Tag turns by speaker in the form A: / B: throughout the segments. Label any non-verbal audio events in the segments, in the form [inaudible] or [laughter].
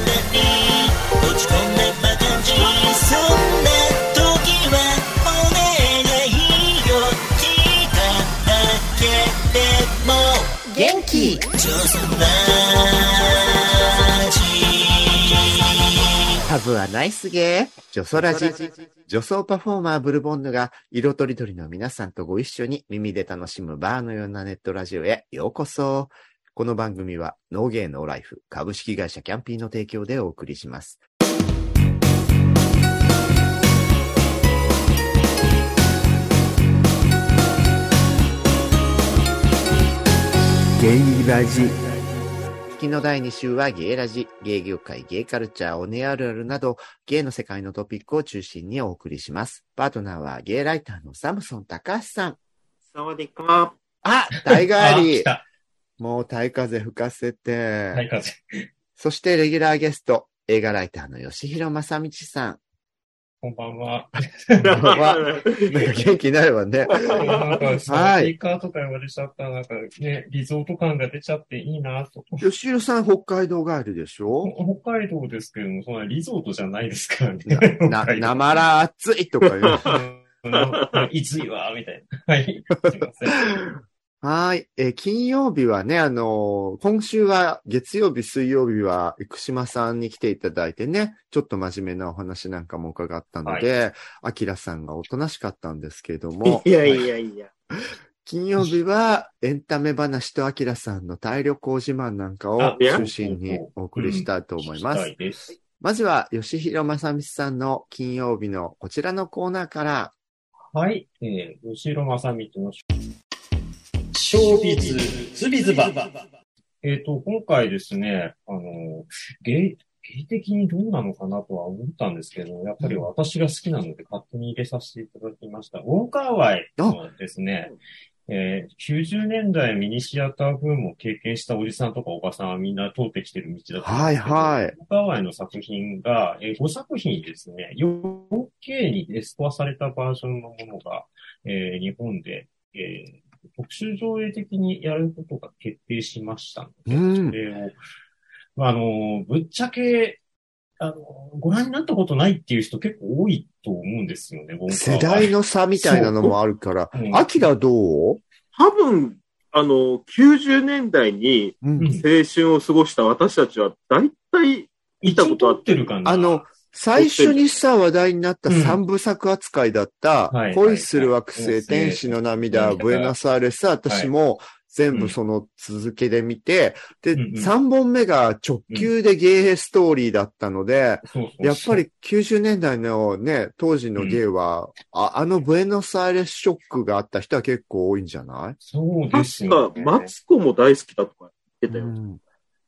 A: 落ち込んだバカンジそんな時はお願いよ聞いただけでも
B: 元気
A: ジョスラジ
B: タブはナイスゲー女装ラジ女装パフォーマーブルボンヌが色とりどりの皆さんとご一緒に耳で楽しむバーのようなネットラジオへようこそこの番組はノーゲーノーライフ株式会社キャンピーの提供でお送りしますゲイラジ月の第2週はゲイラジ、ゲイ業界、ゲイカルチャー、オネアルあるなど、ゲイの世界のトピックを中心にお送りします。パートナーはゲイライターのサムソン高橋さん。
C: サワディックマ
B: あ、大
D: [laughs] あ、
B: 帰
D: 来
B: り
D: た。
B: もう大風吹かせて、
D: はい、風。
B: そしてレギュラーゲスト、映画ライターの吉弘正道さん。
D: こんばんは。
B: はなんか元気になるわ
D: [laughs]
B: ね。
D: なんか、スピ
B: はい
D: ーカーとか言われちゃった、なんかね、リゾート感が出ちゃっていいなと。
B: 吉弘さん北海道ガールでしょ
D: 北海道ですけども、そんなリゾートじゃないですからね。
B: な、なまら暑いとか言う。
D: ら。いついわ、みたいな。はい。すいません。
B: はい。えー金曜日はね、あのー今週は月曜日、水曜日は、生島さんに来ていただいてね、ちょっと真面目なお話なんかも伺ったので、あきらさんがおとなしかったんですけれども
C: い、やいやいや。
B: 金曜日はエンタメ話とあきらさんの体力を自慢なんかを
D: あ
B: 中心にお送りしたい [laughs] と思いま
D: 聞き
B: す
D: た。いです。
B: まずは、吉弘正道さんの金曜日のこちらのコーナーから、
D: はい。えー、吉弘正美とのショービズ、ズビズバ。えっ、と、今回ですね、あの、ゲイ、ゲイ的にどうなのかなとは思ったんですけど、やっぱり私が好きなので勝手に入れさせていただきました。ウォーカーワイのですね、えー90年代ミニシアターブームを経験したおじさんとかおばさんはみんな通ってきてる道だと思うんですけど
B: はいはい
D: ウォーカーワイの作品が、え5作品ですね、4K にエスコアされたバージョンのものが、えー日本で、えー特殊上映的にやることが決定しましたので、
B: うん
D: それを、まあ、あの、ぶっちゃけ、あの、ご覧になったことないっていう人結構多いと思うんですよね、僕は
B: 世代の差みたいなのもあるから
D: そうう、ん
B: あきらどう
C: 多分、あの、90年代に
B: うん
C: 青春を過ごした私たちは、大体、見たことあ
D: 一応撮ってるかな
B: あの、、最初にさ、話題になった
D: うん
B: 三部作扱いだった
D: は、い
B: 恋する惑
D: はいは
B: 星、
D: い
B: 天使の涙、
D: うん
B: ブエナスアイレス、私も全部その続けで見て、で、
D: うんうん
B: 3本目が直球でゲーストーリーだったので、
D: そうそう
B: やっぱり90年代のね、当時のゲイは、ああのブエノスアイレスショックがあった人は結構多いんじゃない
D: そうです
C: 確
D: よ
C: か、
D: ね。
C: マツコも大好きだとか言ってたよ。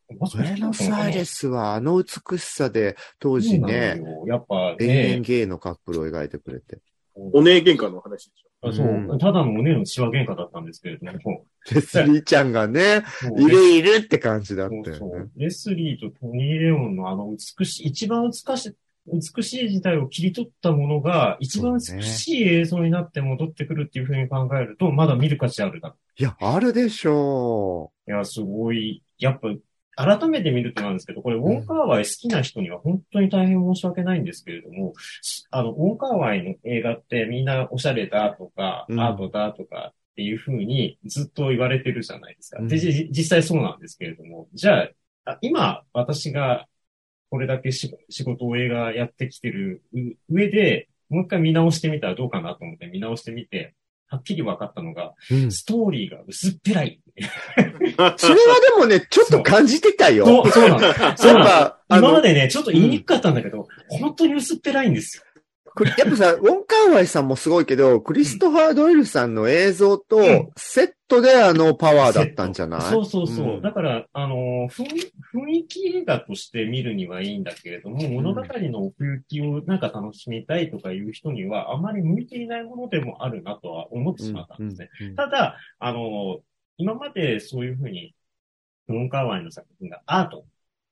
B: ブ
D: マツコ
B: エノスアイレスはあの美しさで、当
D: そ
B: 時
D: うなの
B: ね、
D: よ。やっぱ
B: 永遠
D: ね、
B: ゲイのカップルを描いてくれて。
C: お姉喧嘩の話でしょ。
D: あそうう、
B: ん
D: ただのお姉のシワ喧嘩だったんですけれど
C: [laughs]
D: も、
B: [laughs] レスリーちゃんがね、
D: そう
B: いるいるって感じだった
D: そ
B: よ
D: うそう
B: ね。。
D: レスリーとトニー・レオンのあの美しい、一番美しい、美しい時代を切り取ったものが、一番
B: そうね
D: 美しい映像になって戻ってくるっていうふうに考えると、まだ見る価値あるな。
B: いや、あるでしょ
D: いや、すごい。やっぱ、改めて見るとなんですけど、これ、ウォンカーワイ好きな人には本当に大変申し訳ないんですけれども、あの、ウォンカーワイの映画ってみんなおしゃれだとか、
B: うん
D: アートだとかっていうふうにずっと言われてるじゃないですか。
B: う
D: で、
B: ん
D: じ実際そうなんですけれども、じゃあ、あ今、私がこれだけし仕事を映画やってきてるう上で、もう一回見直してみたらどうかなと思って見直してみて、はっきり分かったのが、
B: う。うん
D: ストーリーが薄っぺらい。
B: それはでも
D: [laughs]
B: ね、ちょっと感じてたよ。
D: そう、そうなんです。そう
B: や
D: な
B: っ
D: んです
B: ぱ、あ
D: 今
B: の
D: ま、でね、ちょっと言いにくかったんだけど、本当に薄っぺらいんですよ。
B: これやっぱさ、ウォンカンワイさんもすごいけど、クリストファー・ドイルさんの映像
D: ん
B: とセットであのパワーだったんじゃない
D: そうそうそう。
B: うん
D: だから、あの雰、雰囲気映画として見るにはいいんだけれども、物語の奥行きをなんか楽しみたいとかいう人には、あまり向いていないものでもあるなとは思ってしまったんですね。
B: うん
D: ただ、あの、今までそういうふうに、ウォンカーワイの作品がアート、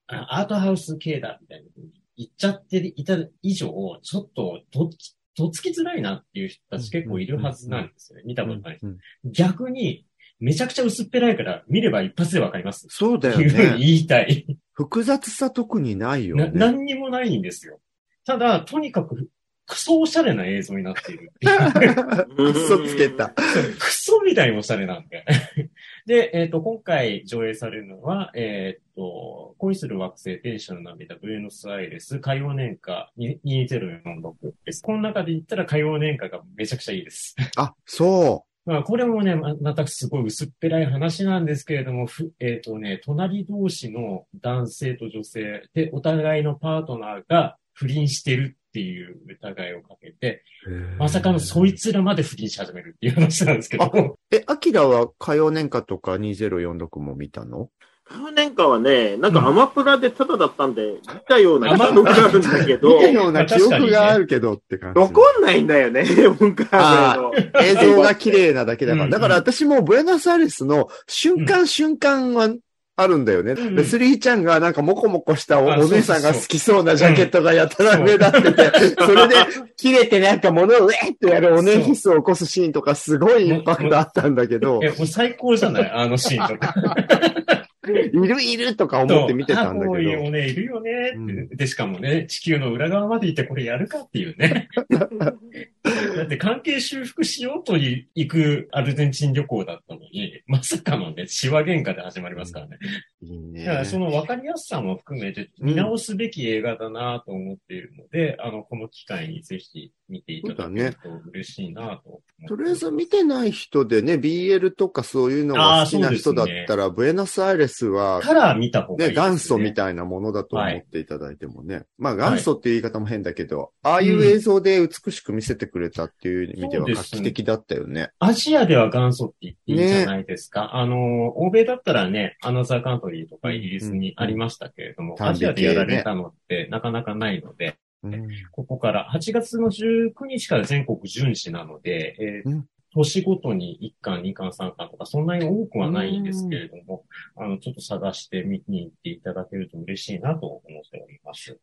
D: あアートハウス系だみたいなふうに言っちゃっていた以上、ちょっととっつ、とっつきづらいなっていう人たち結構いるはずなんですよね。見たことない人。
B: うん
D: 逆に、めちゃくちゃ薄っぺらいから、見れば一発でわかります。
B: そうだよ
D: いうふうに
B: ね。
D: 言いたい。
B: 複雑さ特にないよ
D: な
B: ね。
D: 何にもないんですよ。ただ、とにかく、クソおしゃれな映像になっているっていう。
B: クソつけた。
D: クソみたいにおしゃれなんで。 [laughs] で、えっ、と、今回上映されるのは、えっ、と、恋する惑星、天使の涙、ブエノスアイレス、海洋年間2046です。この中で言ったら海洋年間がめちゃくちゃいいです。 [laughs]
B: あ、そ
D: まあ、これもね、ま、またすごい薄っぺらい話なんですけれども、ふえっ、とね、隣同士の男性と女性で、お互いのパートナーが不倫してるっていう疑いをかけて、
B: う。
D: まさかのそい
B: つ。
D: つらまで不倫し始めるっていう話なんですけ
B: あ
D: ど。
B: え、アキラは火曜年間とか2046も見たの
C: 去年間はね、なんかアマプラでタダだったんで、見たような記憶があるんだけ
B: 見
C: ど、
B: たような記憶があるけどって感じ。
C: 残んないんだよね、今回の。
B: 映像が綺麗なだけだか
D: う
B: ら。
D: ん
B: だから私もブエナスアイレスの瞬間瞬間はあるんだよね。
D: ん
B: で、スリーちゃんがなんかモコモコしたお
D: あ
B: お姉さんが
D: そうそうそう
B: 好きそうなジャケットがやたら目立ってて、それで切れてなんか物をウェってやるお姉ヒスを起こすシーンとかすごいインパクトあったんだけど、
D: え、もう最高じゃないあのシーンとか。
B: いるいるとか [laughs] 思って見てたんだ
D: あこう
B: け
D: いう
B: ど。
D: おね、いるよねって、
B: うん
D: で、しかもね、地球の裏側まで行ってこれやるかってい
B: [laughs]
D: うね。だって関係修復しようとい行くアルゼンチン旅行だったのに、まさかのね、シワ喧嘩で始まりますからね。
B: いい
D: だから
B: ね。
D: その分かりやすさも含めて見直すべき映画だなと思っているので、あの、この機会にぜひ見ていただけると嬉しいなと思ってます
B: とりあえず見てない人でね、BL とかそういうのが好きな人だったら、ブエナスアイレスは
D: から見た方がいい
B: ね、
D: です、ね。
B: 元祖みたいなものだと思っていただいてもね。まあ元祖っていう言い方も変だけど、ああいう映像で美しく見せてくれたっていう意味では
D: そう
B: 画
D: ですね
B: 期的だったよね。
D: アジアでは元祖って言っていいじゃないですか。あの、欧米だったらね、アナザーカントリーとかイギリスにありましたけれども、
B: うんうん
D: アジアでやられたのってなかなかないので、
B: うん
D: ここから8月の19日から全国順次なので、えー
B: うん
D: 年ごとに1巻、2巻、3巻とか、そんなに多くはないんですけれども、あの、ちょっと探して見に行っていただけると嬉しいなと思っております。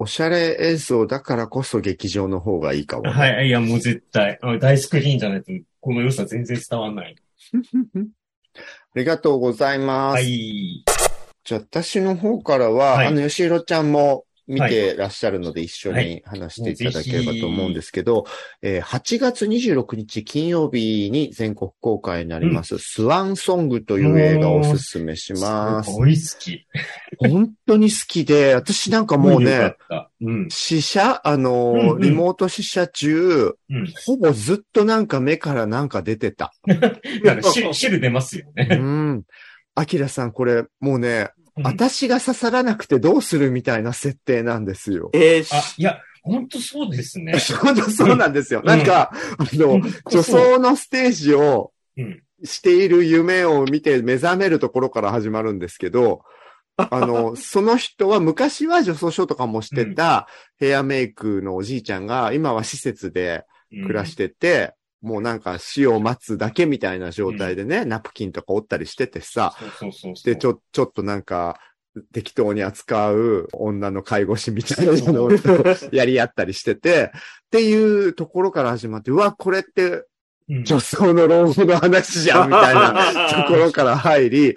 B: おしゃれ映像だからこそ劇場の方がいいかも、ね。
D: はい、いや、もう絶対、あの大スクリーンじゃないと、この良さ全然伝わんない。
B: [laughs] ありがとうございます。
D: はい。
B: じゃあ私の方からは、
D: はい
B: あの、吉弘ちゃんも見てらっしゃるので、一緒に話していただければと思うんですけど、えー8月26日金曜日に全国公開になります、スワンソングという映画をおすすめします
D: す。ごい好き。
B: 本当に好きで、私なんかもう
D: よか
B: ね
D: っ、た。うん。
B: 死者、あのー
D: うんうん
B: リモート死者中、
D: うん。
B: ほぼずっとなんか目からなんか出てた。
D: なんか汁、汁出ますよ
B: う
D: ね。
B: ん。アキラさん、これ、もうね、
D: うん
B: 私が刺さらなくてどうするみたいな設定なんですよ。
C: えーし
D: あ、いや、ほんとそうですね。
B: 本当 [laughs] そうなんですよ。
D: うん
B: なんか、あの、女
D: そう
B: 装のステージを
D: うん
B: している夢を見て目覚めるところから始まるんですけ
D: [laughs]
B: ど、あの、その人は昔は女装ショーとかもしてたヘアメイクのおじいちゃんが今は施設で暮らしてて、もうなんか死を待つだけみたいな状態でね、ナプキンとか折ったりしててさ、
D: うん。そうそうそうそう。
B: で、ち
D: ょっ
B: ょ、ちょっとなんか、適当に扱う女の介護士みたいな
D: [laughs]
B: のをやり合ったりしてて、っていうところから始まって、うわ、これって
D: と、
B: 女装の老後の話じゃん、みたい
D: [laughs]
B: なところから入り、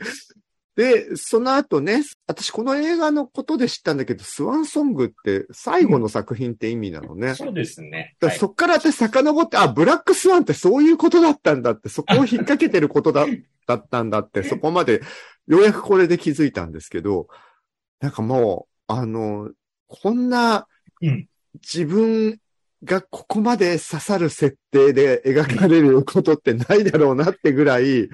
B: で、その後ね、私この映画のことで知ったんだけど、スワンソングって最後の作品って意味なのね。
D: そうですね。
B: だからそっから私遡って、あ、ブラックスワンってそういうことだったんだって、そこを引っ掛けてることだだったんだって、そこまで、ようやくこれで気づいたんですけど、なんかもう、あの、こんな
D: うん、
B: 自分がここまで刺さる設定で描かれることってないだろうなってぐらい、
D: はい、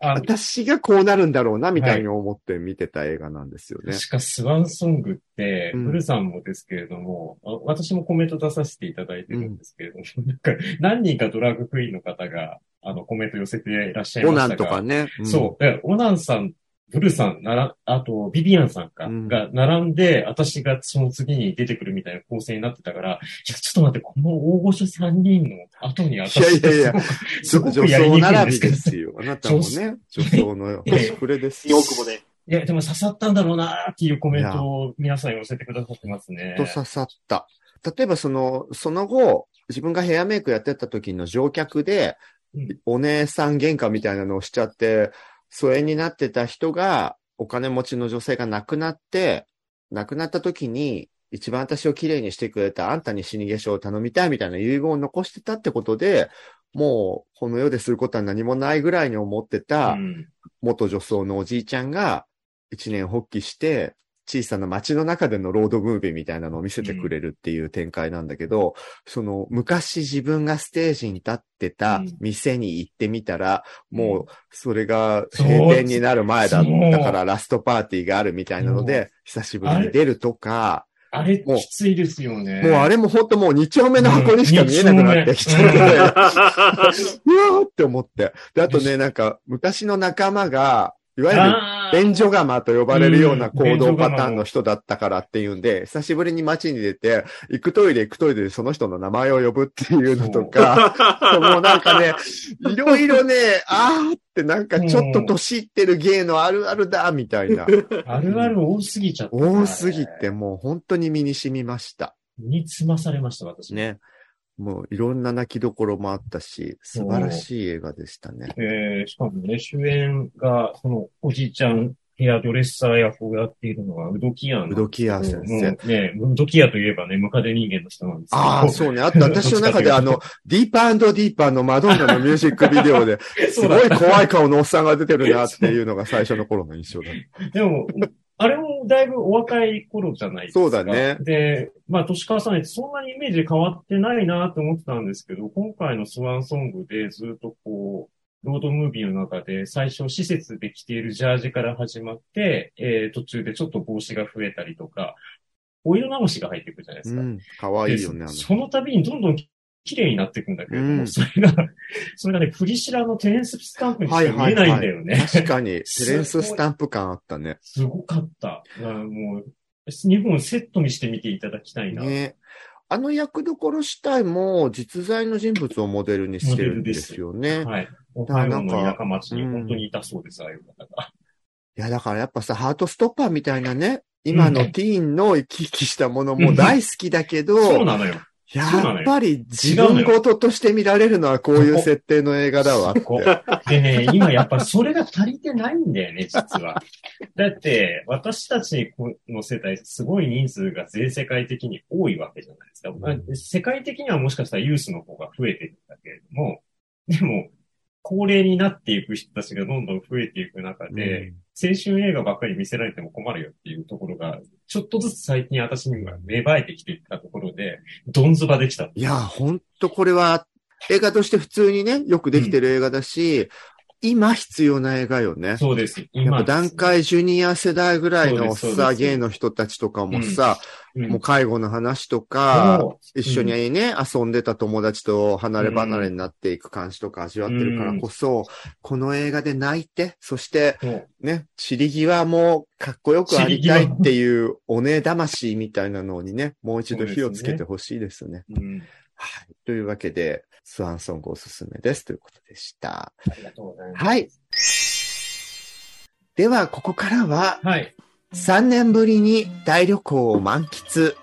D: あ
B: 私がこうなるんだろうなみたいに思って見てた映画なんですよね。
D: 確かスワンソングって、
B: うん
D: ブルさんもですけれども、あ私もコメント出させていただいてるんですけれども、なんか何人かドラッグクイーンの方が、あの、コメント寄せていらっしゃい
B: オ
D: まし
B: ナン
D: たが。
B: とかね。うん
D: そう。えオナンさん、ブルさん、なら、あと、ビビアンさんか、
B: うん
D: が並んで、私がその次に出てくるみたいな構成になってたから、いや、ちょっと待って、この大御所3人の後に私
B: いやいやいや
D: すごく、すごくや
B: 女装
D: りにくいんで
B: 並び
D: すけ
B: で
D: ど。
B: すよ。あなたもね、女装の端くれです
C: 新
B: よ。
C: 大久保で。
D: いや、でも刺さったんだろうなっていうコメントを皆さん寄せてくださってますね。
B: と刺さった。例えばその、その後、自分がヘアメイクやってた時の乗客で、
D: うん
B: お姉さん喧嘩みたいなのをしちゃって、疎遠になってた人が、お金持ちの女性が亡くなって、亡くなった時に、一番私を綺麗にしてくれたあんたに死に化粧を頼みたいみたいな遺言を残してたってことで、もう、この世ですることは何もないぐらいに思ってた、
D: うん
B: 元女装のおじいちゃんが一年発起して、小さな街の中でのロードムービーみたいなのを見せてくれるっていう展開なんだけど、その昔自分がステージに立ってた
D: うん
B: 店に行ってみたら、も
D: う
B: うそれが
D: そう
B: 閉店になる前だっ
D: そう
B: たからラストパーティーがあるみたいなので、久しぶりに出るとか、
D: あれ、
B: もう
D: きついですよね。
B: もうあれも本当もう二丁目の箱にしか見えなくなってきちゃうの
D: [laughs]
B: で、うわーって思って。で、あとね、なんか昔の仲間が、いわゆる
D: あー
B: [laughs] 便所釜と呼ばれるような行動パターン
D: うん便所釜の
B: の人だったからっていうんで、久しぶりに街に出て、行くトイレ行くトイレでその人の名前を呼ぶっていうのと
C: [laughs]
B: か、もうなんかね、いろいろね、あーってなんかちょっと年いってる芸のあるあるだ、みたいな。
D: あるある多すぎちゃった。
B: 多すぎ
D: あ
B: て
D: れ。
B: もう本当に身に染みました。
D: につまされました、私。。
B: ね。もういろんな泣きどころもあったし、素晴らしい映画でしたね。
D: えー、しかもね、主演が、その、おじいちゃんヘアドレッサー役をやっているのが、ウドキアン。
B: ウドキア先生。
D: うんねウドキアといえばね、ムカデ人間の人なんですけど。
B: ああ、
D: [laughs]
B: そうね。あと私の中で
D: どっ
B: あ
D: ちかという
B: の、ディーパーディーパーのマドンナのミュージックビデオで、す
D: [laughs] そう
B: ご
D: だ
B: い怖い顔のおっさんが出てるなっていうのが最初の頃の印象だ。
D: でも、あれもだいぶお若い頃じゃないですか。
B: そうだね
D: で、まあ、年川さんそんなにイメージ変わってないなと思ってたんですけど、今回のスワンソングでずっとこう、ロードムービーの中で最初施設で着ているジャージから始まって、えー途中でちょっと帽子が増えたりとか、お色直しが入っていくじゃないで [laughs]
B: う
D: すか。
B: ん。かわいいよね、
D: で
B: あの。
D: その度にどんどんき綺麗になっていくんだけれども、
B: うん
D: それが、それがね、プリシラのテレンススタンプにしか見えないんだよね。
B: 確か
D: [laughs]
B: に、テレンススタンプ感あったね。
D: すごかった。あもう、日本をセットにして見ていただきたいな。
B: ね。あの役どころ自体も実在の人物をモデルにしてるんですよね。
D: はい。オ
B: だか
D: ハ
B: ら
D: イ
B: な
D: オ
B: んか
D: の田舎町に本当にいたそうです、ああいう方が。
B: いや、だからやっぱさ、ハートストッパーみたいなね、今のティーンの生き生きしたものも大好きだけど、
D: そうなのよ。
B: や
D: そうなのよ
B: っぱり自分事として見られるのはこういう設定の映画だわって。
D: こうでね、今やっぱりそれが足りてないんだよね、実は。だって、私たちの世代、すごい人数が全世界的に多いわけじゃないですか。まあ世界的にはもしかしたらユースの方が増えてるんだけれども、でも、高齢になっていく人たちがどんどん増えていく中で、青春映画ばっかり見せられても困るよっていうところが、ちょっとずつ最近私には芽生えてきていたところで、ドンズバできた。
B: いや、ほんとこれは映画として普通にね、よくできてる映画だし、今必要な映画よね。
D: そうです。
B: やっ
D: 今
B: ぱ
D: です
B: 段階ジュニア世代ぐらいの
D: そうで
B: さ、
D: すそうです
B: ゲイの人たちとかもさ、
D: うん
B: もう介護の話とか、
D: もう
B: 一緒にね、遊んでた友達と離れ離れになっていく感じとか味わってるからこそ、この映画で泣いて、そして
D: そう
B: ね、散り際もかっこよくありたいっていうお姉魂みたいなのにね、もう一度火をつけてほしいですね。
D: うん
B: はい。というわけで、スワンソングおすすめですということでした。
D: ありがとうございます。
B: はい。では、ここからは、
D: はい。
B: 3年ぶりに大旅行を満喫、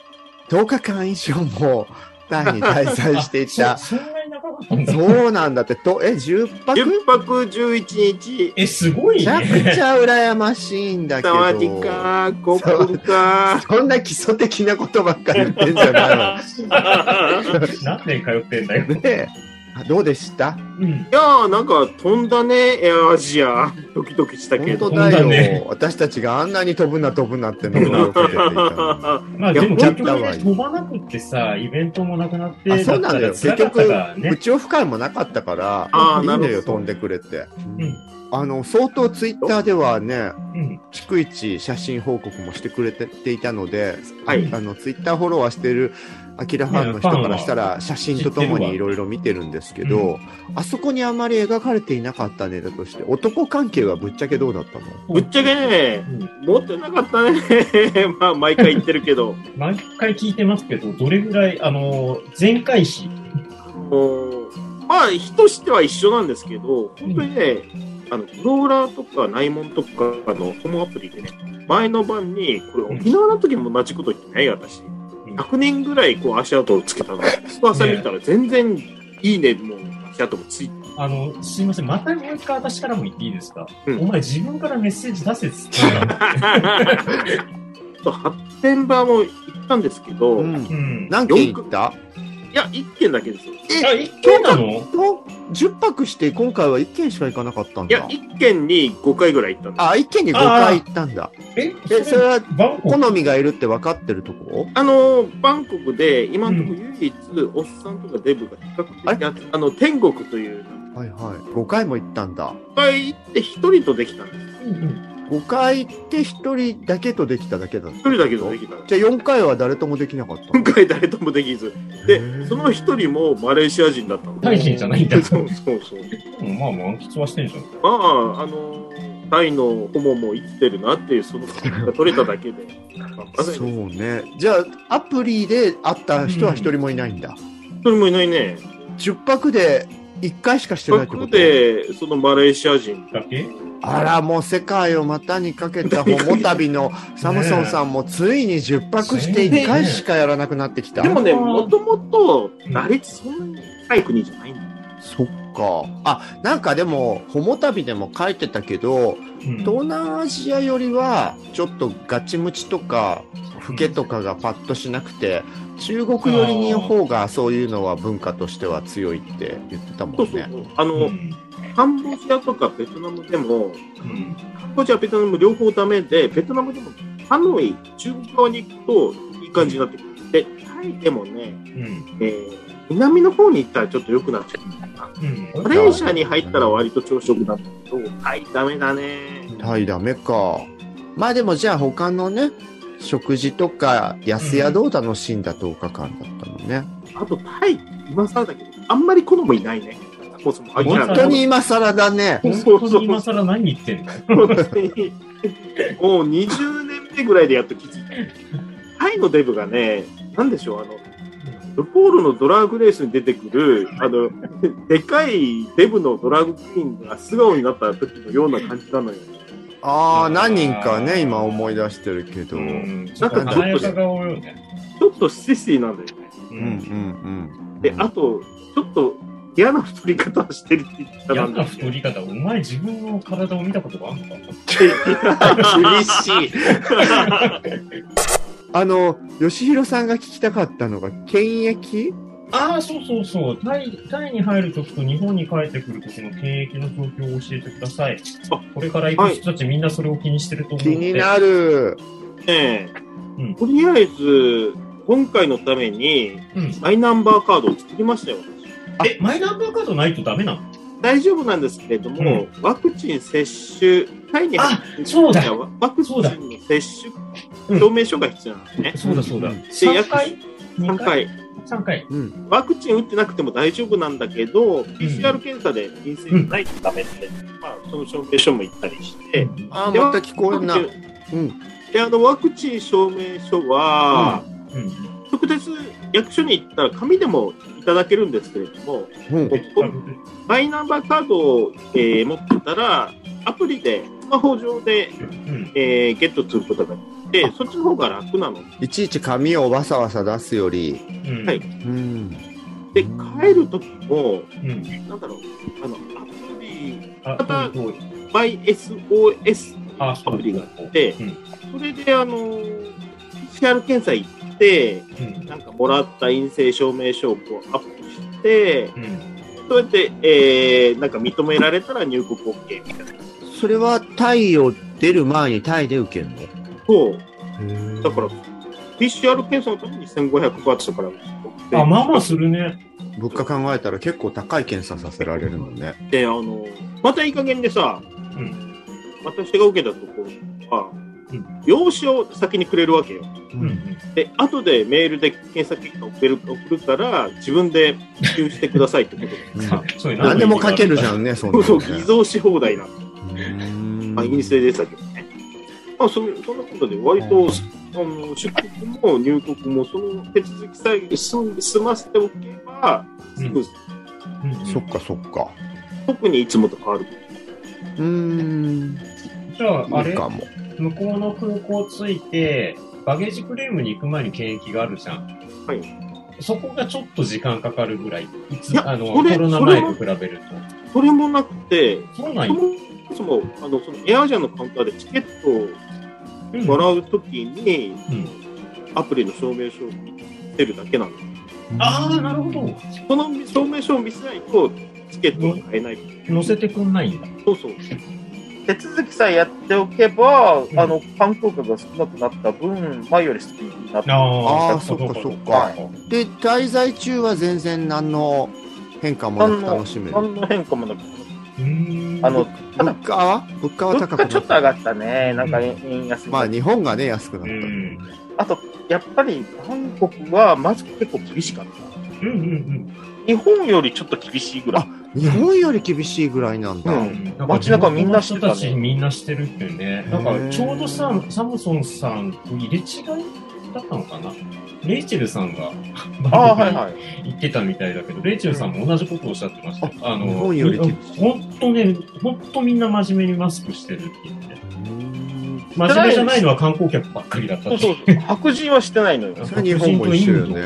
B: 10日間以上もタイに滞在していた [laughs]
D: あ、そそんなに長かったんだ。
B: そうなんだって、と、え、10泊
C: 10泊11日、
D: え、すご
B: め
D: い
B: ちゃく
D: ね。
B: ちゃ羨ましいんだけ
C: サ
B: ど。 [laughs]
C: ワディカー、コップンカ
B: そんな基礎的なことばっかり言ってんじゃな
C: ー。
D: 何年通ってんだよ
B: [laughs] い。
D: [laughs]
B: の。で、あどうでした
D: うん。
C: いやー、なんか飛んだね、エアアジア。 [laughs] ドキドキしたけ
B: 本当
C: ど。
B: だ
D: 飛
B: よ、
D: んだね
B: 私たちがあんなに飛ぶな飛ぶなってのを受けていたの
C: [laughs]
B: に
D: まあでも
B: いや本
D: 結局
B: 当だわ
D: ね、飛ばなくってさ、イベントもなくなって、
B: あそうなのよ
D: だったら辛かったから
B: 部
D: ね。
B: 長不快もなかったから、
C: あー
B: いいの
C: なる
B: よ、
C: ほど
B: 飛んでくれて。
D: ん
B: あの、相当ツイッターではね、
D: うん。
B: 逐一写真報告もしてくれていたので、
C: はい
B: あの、ツイッターフォロワーしてるアキラファンの人からしたら、写真とともにいろいろ見てるんですけど、あそこにあまり描かれていなかったネタとして、男関係はぶっちゃけどうだったの
C: ぶっちゃけね、
D: うん
C: 持ってなかったね。 [laughs] まあ、毎回言ってるけど。
D: 毎回聞いてますけど、どれぐらい、あの、前回比。
C: もうまあ、日としては一緒なんですけど、本当にね、あの、グローラーとか内門とかのホモアプリでね、前の晩に、これ沖縄の時も同じこと言ってない私。100年ぐらいこう足跡をつけたの。スパーサ見たら全然いいね、もう足跡もつい
D: あの、すいません、またもう一回私からも言っていいですか、
C: うん
D: お前自分からメッセージ出せっつってんだ
C: [laughs] と発展場も行ったんですけど、
B: う
C: い
B: ん
D: う。ん。
B: 何件行った
C: や、1軒だけですよ。
D: あ、一軒なの
B: と ?10 泊して今回は1件しか行かなかったん
C: いや、
B: だ。
C: 1軒に5回ぐらい行ったんです。
B: あ、1件に5回行ったんだ。
D: え、
B: え、それは
D: バンコク
B: 好みがいるって分かってるとこ
C: あのーバンコクで今のところ唯一、おっさんとかデブが比較的ああの天国という
B: はいはい。5回も行ったんだ。
C: 一回行って一人とできたんです
D: うんうん
B: 5回行って1人だけとできただけだった。
C: 一人だけどできたんです
B: じゃあ4回は誰ともできなかった
C: 今回誰ともできず
B: へ
C: [laughs] で
B: ー
C: その一人もマレーシア人だったの
D: タイ人じゃないんだ
C: そうそうそう
D: うんまあ、満喫はしてんじゃん。
C: まああのータイのホモも生きてるなっていうその感覚が取れただけでまさ
B: そう
C: に
B: ね。じゃあ、アプリで会った人は一人もいないんだ。
C: 一人もいないね
B: 10泊で1回しかしてないってこと
C: 僕でそのマレーシア人
D: だけ
B: あら、もう世界を股にかけたホモ旅のサムソンさんもついに10泊して1回しかやらなくなってきた。
C: でもね
D: あー
C: もともと打率そんなに高い国じゃないんだ
B: そっか。あ、なんかでも、ホモ旅でも書いてたけど、
D: うん
B: 東南アジアよりは、ちょっとガチムチとか、フケとかがパッとしなくて、中国寄りの方がそういうのは文化としては強いって言ってたも
C: そうそう
B: んね
C: そ。うあ
D: う
C: の、
D: ん
C: カンボジアとかベトナムでも、
D: うん
C: カンボジア、ベトナム両方ダメで、ベトナムでもハノイ、中国側に行くといい感じになってくる。で、タイでもね、
D: うん。
C: えー南の方に行ったらちょっと良くなっちゃうみたいな。
D: うん。
C: マレーシアに入ったら割と朝食だったけど、タイダメだね。
B: タイダメか。まあでもじゃあ他のね、食事とか安宿を楽しんだ10日間だったのね。
C: あとタイ、今更だけど、あんまり好みないね。そもそも飽きな
B: 本
C: かっ
B: 当
C: た
B: に今更だね。
D: 本当に今更何言ってんの
C: 本当に [laughs] もう20年目ぐらいでやっと気づいた。タイのデブがね、なんでしょう、あの、ルポールのドラッグレースに出てくる、あの、でかいデブのドラッグクイーンが素顔になった時のような感じなのよ。
B: ああ、何人かね、今思い出してるけど。
D: う
B: うん
D: ん。
C: なんか
D: 華やか顔よね。
C: ちょっとシシーなんだよね。
D: う
B: うんうん。うん。
C: で、あと、ちょっと嫌な太り方をしてるって言ってた
D: 嫌
C: ん
D: な
C: だけ
D: 太
C: ど。
D: り方、お前自分の体を見たことがあるのか
B: 厳しい。 [laughs] あの、吉弘さんが聞きたかったのが、検疫
D: ああ、そうそうそう。タイ、タイに入るときと日本に帰ってくるときの検疫の状況を教えてください。
C: あ
D: これから行く人たちみんなそれを気にしてると思う
B: 気
D: ので。
B: になる。
C: ねえ
D: うん
C: とりあえず、今回のために、
D: うん。
C: マイナンバーカードを作りましたよ、私。
D: え、マイナンバーカードないとダメなの
C: 大丈夫なんですけれども、ワクチン接種、タイに入って
D: あそうだ
C: いやワクチン
D: そうだ
C: の接種証明書が必要なんですね。
D: そうだそうだ。
B: うん
D: 三回
C: 3
D: ?2 回
C: 回、
D: ?3 回。
B: うん。
C: ワクチン打ってなくても大丈夫なんだけど、PCR 検査で陰性じゃないとダメって、まあ、その証明書も行ったりして、
B: ああ、また聞こえんな
C: ワク。チ
B: うん。
C: ンであのワクチン証明書は、
D: うん。
C: 直接役所に行ったら紙でもいただけるんですけれども、
B: うん。
C: マイナンバーカードを、えー持ってたら、アプリで、スマホ上で
D: うん。
C: えーゲットすることができて、そっちの方が楽なの。
B: いちいち髪をわさわさ出すより。
D: うん。
C: はい
B: うん。
C: で、帰るときも、
D: うん。
C: なんだろう、あの、アプリ、
D: あ、
C: た
D: どうどう
C: YSOS
D: あ、そう
C: アプリがあ
D: う
C: って、
D: ん
C: それで、あの、PCR 検査行って、
D: ん。
C: なんかもらった陰性証明書をこうアップして、
D: うん。
C: そうやって、えーなんか認められたら入国 OK みたいな。
B: それはタイを出る前にタイで受けるの
C: そう。
B: へ
C: だから、PCR 検査のために1500バットから
D: あ、まあまあするね。
B: 物価考えたら結構高い検査させられるもんね。
C: で、あの、またいい加減でさ、
D: ん
C: 私が受けたところは、
D: うん
C: 用紙を先にくれるわけよ。
B: う
D: うん。う。ん。
C: で、後でメールで検査結果を送る送るから、自分で記入してくださいってことで
D: あそういう
B: [laughs] 何でも書けるじゃ
D: ん。
B: んね、そんな
C: そう
B: の
C: そう、
B: ね
C: 偽造し放題なの。
B: うん
C: まあ、イギリスでしたけどね。まあ、そういうそんなことで、割と、あの出国も入国も、その手続きさえ済済ませておけば、すぐ
D: うんうん
B: そっかそっか。
C: 特にいつもと変わる。
B: うーん。
D: じゃあ、あ
B: いい
D: れ
B: かも。
D: 向こうの空港着いて、バゲージクレームに行く前に検疫があるじゃん。
C: はい。
D: そこがちょっと時間かかるぐらい。いつ
C: いや
D: あの、
C: それ
D: コロナ前と比べると。
C: それもなくて、
D: そうなん
C: そも
D: や。
C: そもあのそのエアアジアのカウンターでチケットを
D: うん
C: もらうときに、
D: うん
C: アプリの証明書を見せるだけなんです。
D: ああ、なるほど。
C: その証明書を見せないと、チケットが買えない。
D: 乗せてくんないんだ。
C: そうそう。
E: 手続きさえやっておけば、
D: ん
E: あの観光客が少なくなった分、前よりスピーディーになって
B: あ
D: あ
B: あ、そっかそっ
E: は
B: か
E: い。
B: で、滞在中は全然何の変化もなく楽しめる。
E: 何の変化もなく、
D: うーん。
E: あの、ただ
B: 物、価は物価は
E: 物
B: 高くな
E: 価
B: っ
E: ちょっと
B: た。
E: 上がったね、なんか円円安に
B: ま
E: な
B: あ、
E: って
B: 日本がね、安くな
D: う
B: った。
D: ん。
E: あと、やっぱり韓国はマスク結構厳しかった。
D: うんうん
E: 日本よりちょっと厳しいぐらい。
B: 日本より厳しいぐらいなんだ。
E: う
D: うんん。
E: 街中みんなしてたね
D: 地元の人ちみんなしてるっていうね。なんかちょうどさ、サムソンさんと入れ違いだったのかなレイチェルさんが、
E: ああ、はいはい。
D: 言ってたみたいだけど、レイチェルさんも同じことをおっしゃってましたよ。あの、
B: 日本より厳
D: 本当ね、本当みんな真面目にマスクしてるって言って。
B: うん
D: 真面目じゃないのは観光客ばっかりだったっ
E: そう
D: て。
E: そうそう。白人はしてないのよ。
B: それ日本も一緒よね。